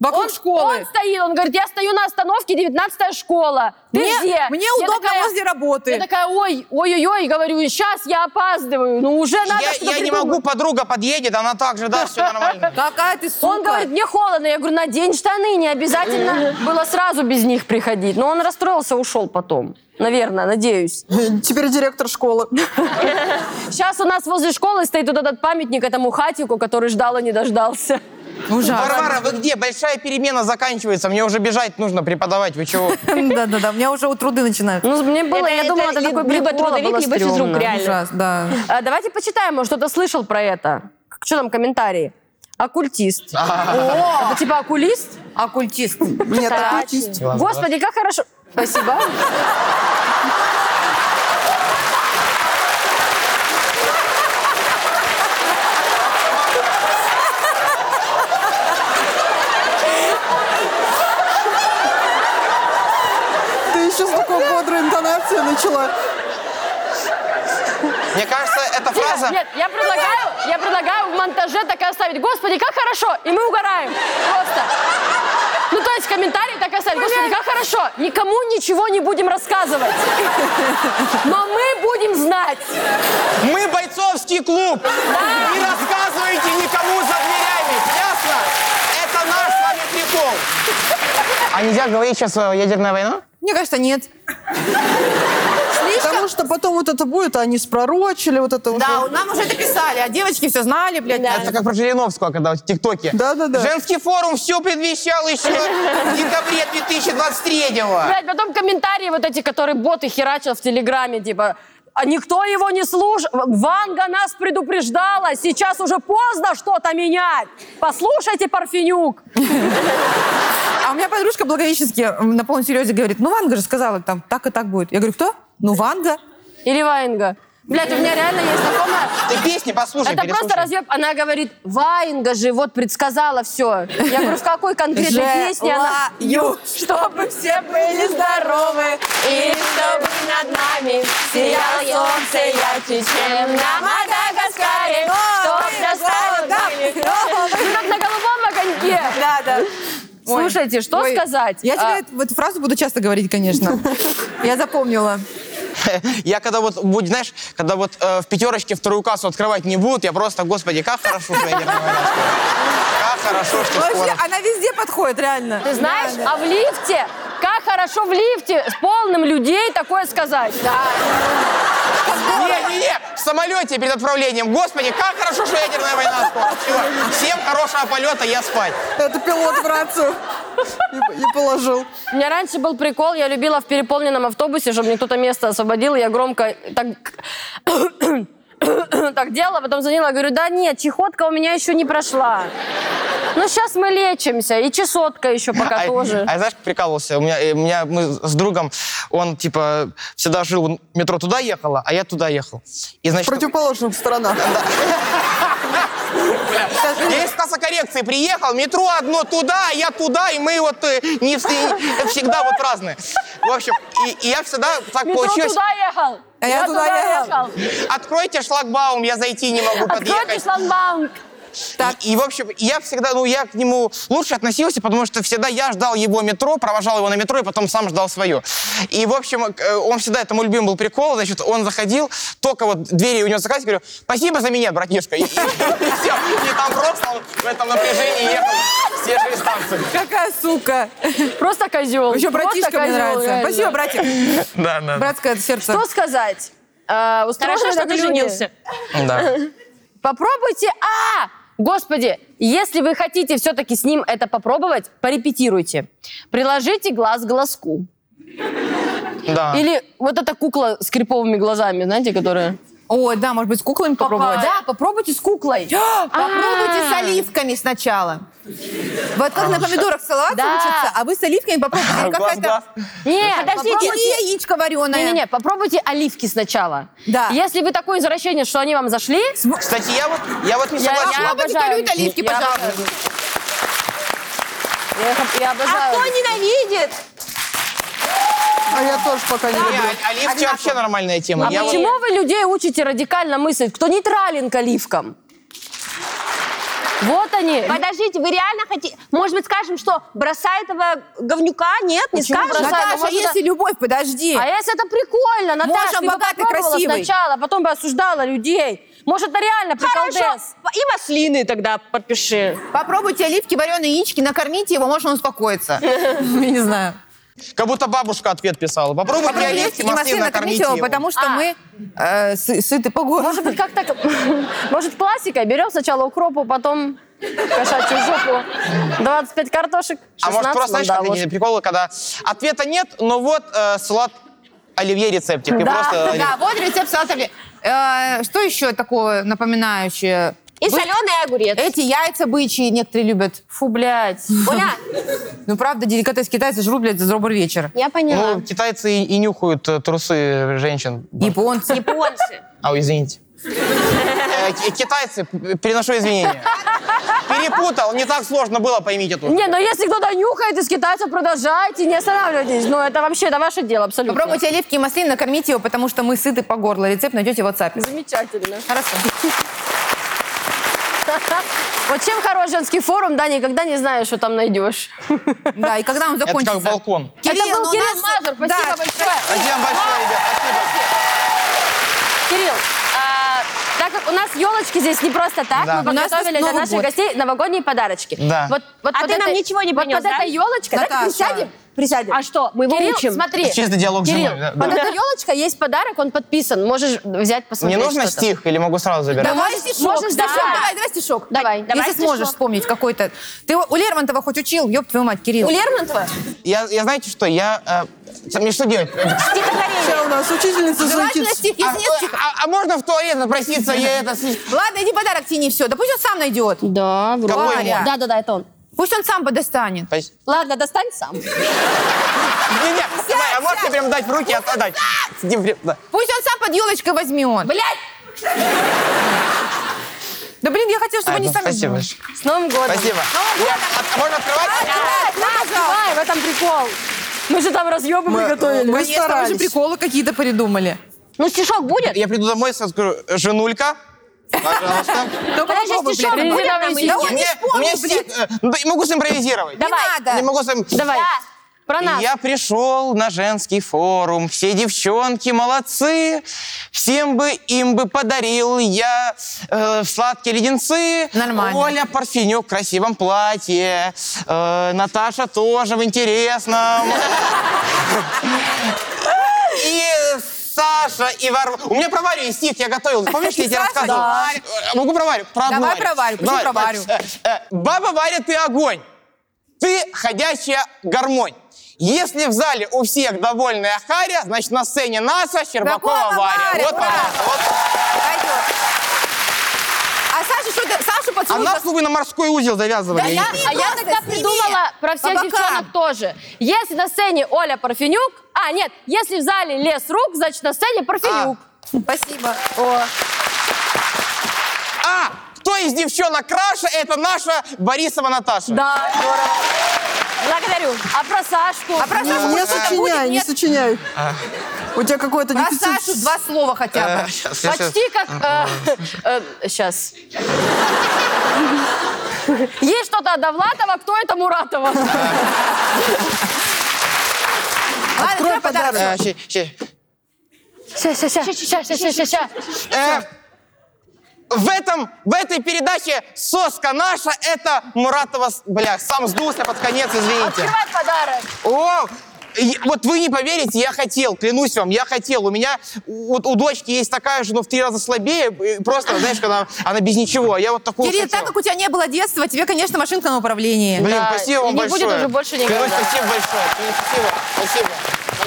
S2: вокруг школы.
S1: Он стоит, он говорит, я стою на остановке, 19 школа. Ты
S2: мне
S1: где?
S2: мне
S1: Я
S2: удобно
S1: такая-
S2: возле работы.
S1: Я такая, ой, ой-ой-ой, говорю, сейчас я опаздываю. Ну уже надо
S4: Я,
S1: что-то
S4: я не
S1: придумать.
S4: могу, подруга подъедет, она так же, да, все нормально.
S2: Какая ты сука.
S1: Он говорит, мне холодно. Я говорю, надень штаны, не обязательно было сразу без них приходить. Но он расстроился, ушел потом. Наверное, надеюсь.
S5: Теперь директор школы.
S1: Сейчас у нас возле школы стоит вот этот памятник этому хатику, который ждал и не дождался.
S2: Ужасно.
S4: Варвара, вы где? Большая перемена заканчивается, мне уже бежать нужно преподавать, вы чего?
S2: Да-да-да, у меня уже у труды начинают.
S1: Ну, мне было, я
S3: это
S1: думала, это
S3: ли-
S1: такой
S3: либо
S1: прикол, а
S3: трудовик,
S1: было
S3: либо физрук,
S1: стрёмно.
S3: реально.
S2: Ужасно, да.
S1: А, Давайте почитаем, может, кто-то слышал про это. Что там комментарии? Оккультист. Это типа окулист?
S2: Оккультист.
S5: Нет, так
S1: Врач.
S5: артист.
S1: Господи, как хорошо. Спасибо.
S5: Ты еще с такой бодрой интонацией начала.
S4: Мне кажется, эта фраза...
S1: Нет, я предлагаю, я предлагаю в монтаже так и оставить. Господи, как хорошо! И мы угораем. Просто. Ну, то есть комментарий так и оставить. Господи, как хорошо! Никому ничего не будем рассказывать. Но мы будем знать.
S4: Мы бойцовский клуб! Не рассказывайте никому за дверями! Ясно? Это наш с вами прикол! А нельзя говорить сейчас э, ядерная война?
S2: Мне кажется, нет.
S5: Потому что потом вот это будет, а они спророчили вот это уже.
S2: Да, нам уже это писали, а девочки все знали, блядь.
S4: Это как про Жириновского, когда в ТикТоке.
S5: Да-да-да.
S4: Женский форум все предвещал еще в декабре 2023-го.
S1: Блядь, потом комментарии вот эти, которые боты херачат в Телеграме, типа... А никто его не слушал. Ванга нас предупреждала. Сейчас уже поздно что-то менять. Послушайте, Парфенюк.
S2: А у меня подружка благовещенски м, на полном серьезе говорит, ну Ванга же сказала, там так и так будет. Я говорю, кто? Ну Ванга.
S1: Или Ваенга. Блядь, у меня реально есть знакомая.
S4: Ты песни послушай,
S1: Это
S4: переслушай.
S1: просто разъеб. Она говорит, Ваенга же вот предсказала все. Я говорю, в какой конкретной песне она...
S2: Желаю, чтобы все были здоровы, и чтобы над нами сияло солнце ярче, чем на Мадагаскаре, чтоб
S1: Ну, как на голубом огоньке.
S2: Да, да.
S1: Слушайте, что сказать?
S2: Я
S1: А,
S2: тебе эту- эту фразу буду часто говорить, конечно. Я запомнила.
S4: Я когда вот, будь, знаешь, когда вот э, в пятерочке вторую кассу открывать не будут, я просто, господи, как хорошо, что ядерная война. скоро. Как хорошо, что
S2: Вообще,
S1: а
S4: скоро.
S2: она везде подходит, реально.
S1: Ты знаешь, а в лифте, как хорошо в лифте с полным людей такое сказать.
S4: Не-не-не, в самолете перед отправлением. Господи, как хорошо, что ядерная война скоро. Всё. Всем хорошего полета, я спать.
S5: Это пилот в рацию. И, и положил.
S1: У меня раньше был прикол, я любила в переполненном автобусе, чтобы мне кто-то место освободил, я громко так, так делала, потом звонила, говорю, да нет, чехотка у меня еще не прошла. Ну, сейчас мы лечимся, и чесотка еще пока
S4: а,
S1: тоже.
S4: а я, знаешь, как прикалывался? У меня, э, у меня мы с другом, он типа всегда жил, он- метро туда ехало, а я туда ехал. И
S5: В
S4: значит,
S5: противоположных сторонах.
S4: я из коррекции приехал, метро одно туда, а я туда, и мы вот э, не вс- всегда вот разные. В общем, и, и я всегда так
S1: Метро Ну,
S4: получилось.
S1: туда ехал.
S2: А я туда ехал. Ну,
S4: Откройте шлагбаум, я зайти не могу,
S1: Откройте
S4: подъехать.
S1: шлагбаум.
S4: И, и, в общем, я всегда, ну, я к нему лучше относился, потому что всегда я ждал его метро, провожал его на метро, и потом сам ждал свое. И, в общем, к- э, он всегда, это мой любимый был прикол, значит, он заходил, только вот двери у него закрылись, говорю, спасибо за меня, братишка. И, все, и там просто он в этом напряжении ехал все шесть станций.
S2: Какая сука.
S1: Просто козел.
S2: Еще братишка мне нравится. Спасибо, братик.
S4: Да, да.
S2: Братское сердце.
S1: Что сказать? А, устроены
S3: Хорошо, что
S1: так
S3: ты
S1: люди.
S3: женился.
S4: да.
S1: Попробуйте. А! Господи, если вы хотите все-таки с ним это попробовать, порепетируйте. Приложите глаз к глазку.
S2: А.
S4: Да.
S1: Или вот эта кукла с криповыми глазами, знаете, которая...
S2: Ой, да, может быть, с куклами попробовать?
S1: Да, попробуйте с куклой.
S2: А! Попробуйте с оливками сначала. Вот как на помидорах салат
S1: Да.
S2: учатся, а вы с оливками попробуйте. Или
S4: Глаз-глаз.
S2: какая-то...
S1: Нет,
S2: Подождите,
S1: попробуйте-
S2: и яичко вареное.
S1: Не-не-не, попробуйте оливки сначала.
S2: Да.
S1: Если вы такое извращение, что они вам зашли,
S4: Кстати, я вот, я вот не
S1: Я-
S4: согласен.
S1: я-
S2: Попробуйте,
S1: обожаю.
S2: кто любит оливки,
S1: Я
S2: пожалуйста.
S1: обожаю. я, их- я
S3: А
S1: обожаю.
S3: кто ненавидит?
S4: А
S5: А я тоже пока не
S4: Не,
S5: люблю.
S4: о- оливки а вообще нормальная тема.
S1: А
S4: Я вот-
S1: почему вы людей учите радикально мыслить? Кто нейтрален к оливкам? Вот они.
S3: Подождите, вы реально хотите... Может быть, скажем, что бросай этого говнюка? Нет, не
S1: Почему
S3: скажем?
S1: бросай?
S3: Наташа,
S1: Ну,
S2: Наташа,
S1: может,
S2: если любовь, подожди.
S1: А если это прикольно, Наташа,
S2: Мужем
S1: ты бы
S2: богатый,
S1: попробовала
S2: красивый.
S1: сначала, а потом бы осуждала людей. Может, это реально
S3: Хорошо,
S1: приколдес?
S3: и маслины тогда подпиши.
S2: Попробуйте оливки, вареные яички, накормите его, может, он успокоится. Я не знаю.
S4: Как будто бабушка ответ писала. Попробуй при оливке
S2: И
S4: маслины накормить его.
S2: потому что
S1: А.
S2: мы э, сы- сыты по горло.
S1: Может быть, как так? Может, классика? Берем сначала укропу, потом кошачью жопу, 25 картошек, 16
S4: А может просто, знаешь,
S1: мандалов.
S4: какие приколы, когда ответа нет, но вот э, салат оливье рецептик. И
S1: Да,
S4: просто... э,
S2: Да, вот рецепт салата. Э, Что еще такое напоминающее?
S3: И
S2: Вы-
S3: соленый огурец.
S2: Эти яйца бычьи некоторые любят.
S1: Фу, блядь.
S3: Оля,
S2: Ну, правда, деликатес китайцы жрут, блядь, за зробер вечер.
S3: я поняла.
S4: Ну, китайцы и, и нюхают э, трусы женщин.
S2: Японцы.
S3: Японцы.
S4: А, ой, извините. Э, к- Китайцы, п- переношу извинения. Перепутал, не так сложно было, поймите тут.
S1: Не, но если кто-то нюхает из китайцев, продолжайте, не останавливайтесь. Ну, это вообще, это ваше дело абсолютно.
S2: Попробуйте оливки и маслины, накормите его, потому что мы сыты по горло. Рецепт найдете в WhatsApp.
S1: Замечательно.
S2: Хорошо.
S1: Вот чем хорош женский форум, да, никогда не знаешь, что там найдешь.
S2: Да, и когда он
S4: Это
S2: закончится?
S4: как балкон.
S1: Это
S2: Кирилл,
S1: был
S2: ну,
S1: Кирилл
S2: у нас-
S1: Мазур, спасибо
S2: Да.
S1: большое.
S4: Спасибо большое, ребят, спасибо.
S1: Кирилл, а, так как у нас елочки здесь не просто так,
S4: Да.
S1: мы
S2: У нас
S1: подготовили
S2: есть
S1: для
S2: Новый
S1: наших
S2: год.
S1: гостей новогодние подарочки.
S4: Да.
S1: Вот, вот
S3: А
S1: под
S3: ты нам
S1: этой-
S3: ничего не
S1: вот
S3: принес,
S1: под
S3: да?
S1: этой елочкой,
S2: Наташа.
S1: давай присядем, присядем.
S3: А что, мы его
S1: Кирилл,
S3: учим?
S1: смотри.
S4: Это чисто диалог с
S1: Кирилл,
S4: женой, да,
S1: под
S4: да.
S1: этой елочкой есть подарок, он подписан, можешь взять
S4: Мне
S1: посмотреть.
S4: нужно
S1: что там.
S4: стих или могу сразу забирать?
S2: Давай
S1: Можешь-
S2: стишок.
S1: можешь
S2: да.
S1: стишок.
S2: Давай, давай стишок.
S1: Давай,
S2: Если
S1: давай
S2: сможешь
S1: стишок.
S2: вспомнить какой-то. Ты его у Лермонтова хоть учил, ёб твою мать, Кирилл.
S3: У Лермонтова?
S4: Я, я знаете что, я... э, мне что делать?
S5: Сейчас у нас учительница
S2: Желательно
S5: звучит.
S2: стих, если нет
S4: А,
S2: стиха.
S4: а- а можно в туалет напроситься? Я это...
S2: Ладно, иди подарок тяни, все. Да пусть он сам найдет.
S1: Да,
S4: Кого
S1: вроде.
S2: ему?
S1: Да, да, да, это он.
S2: Пусть он сам подостанет.
S4: Спасибо.
S1: Ладно, достань сам.
S4: Не, не, давай, а можете прям дать в руки и отдать? Не, прям, да.
S2: Пусть он сам под елочкой возьмет.
S1: Блядь!
S2: Да блин, я хотела, чтобы
S4: А,
S2: они
S4: ну,
S2: сами
S4: Спасибо.
S2: сделали.
S4: большое.
S1: С Новым годом!
S4: Спасибо. Я- а- Можно открывать?
S1: Да, да, давай, в этом прикол. Мы же там разъебы
S5: Мы-
S1: приготовили.
S5: мы
S2: Конечно, вы же
S5: старались.
S2: приколы какие-то придумали.
S3: Ну, стишок будет?
S4: Я приду домой и сразу скажу, женулька, пожалуйста.
S2: Только
S3: Подожди,
S2: попробуй,
S3: стишок
S2: блядь.
S1: а
S3: будет там или
S2: Да
S3: нет?
S2: он не
S4: Мне- мне
S2: вспомнил, блядь.
S4: стих, э, ну, да и могу симпровизировать.
S2: Не надо.
S4: Не могу сам...
S1: Давай. Про нас.
S4: Я пришел на женский форум, все девчонки молодцы, всем бы им бы подарил я э, сладкие леденцы.
S2: Нормально.
S4: Оля Парфенюк в красивом платье, э, Наташа тоже в интересном. И Саша и Варвара. У меня про Варю есть стих, я готовил. Помнишь, я тебе
S2: Саша,
S4: рассказывал?
S2: да.
S4: Э, Могу про Варю? Про
S2: Давай
S4: Варю.
S2: про Варю, почему про
S4: Давай, Варя,
S2: Варю?
S4: э, э, Баба Варя, ты огонь. Ты ходячая гармонь. Если в зале у всех довольная Харя, значит на сцене НАСА Щербакова
S2: Щербакова
S4: Варя.
S2: Варя,
S4: Вот,
S2: ура!
S4: пожалуйста, вот.
S2: Пойдет. А Саша, что ты? Сашу
S4: А
S2: поцелуй.
S4: нас вы на морской узел завязывали.
S2: Да я-
S1: А я тогда придумала про всех
S2: По бокам.
S1: девчонок тоже. Если на сцене Оля Парфенюк, а нет, если в зале лес рук, значит на сцене Парфенюк.
S2: А, Спасибо.
S4: А, кто из девчонок краше, это наша Борисова Наташа.
S1: Да, здорово. Благодарю. А про Сашку?
S2: А про Сашу
S5: Не,
S2: хоть что-то будет?
S5: сочиняй, не
S2: Нет.
S5: сочиняй. У тебя какой-то
S2: Про
S5: дефицит.
S2: Сашу два слова хотя
S5: э,
S2: бы.
S4: Сейчас, я Э, щас-
S1: Почти как... э, Сейчас. Есть что-то от Довлатова, кто это Муратова?
S2: Ладно,
S5: Открой
S2: давай подарок.
S5: подарок.
S4: Э, щи- щи.
S1: Ща, ща, ща, ща, ща, ща, ща, ща.
S4: Э, В этом, в этой передаче соска наша, это Муратова, с- бля, сам сдулся под конец, извините.
S1: Открывай подарок.
S4: О, и- вот вы не поверите, я хотел, клянусь вам, я хотел. У меня, у- вот у дочки есть такая же, но в три раза слабее, и просто, знаешь, когда она без ничего, а я вот такую
S2: Кирилл,
S4: хотел.
S2: так как у тебя не было детства, тебе, конечно, машинка на управлении.
S4: Блин,
S1: Да,
S4: спасибо вам
S1: и не будет
S4: большое.
S1: уже больше
S4: Клянусь,
S1: никогда.
S4: спасибо большое. Клянусь, Спасибо, спасибо,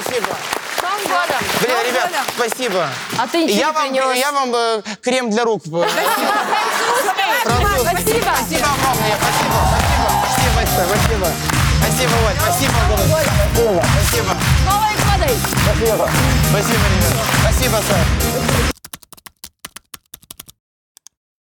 S4: спасибо.
S1: С Новым годом.
S4: Блин,
S2: Ну,
S4: ребят,
S2: Коля.
S4: спасибо.
S1: А ты ничего
S4: я
S1: не
S4: вам,
S1: принес.
S4: Я вам э, крем для рук. э,
S1: Спасибо.
S4: Спасибо огромное, спасибо, спасибо, спасибо большое, спасибо. Спасибо, Вань, спасибо огромное. Спасибо,
S1: С Новым годом.
S4: спасибо, ребят. Спасибо, Саш.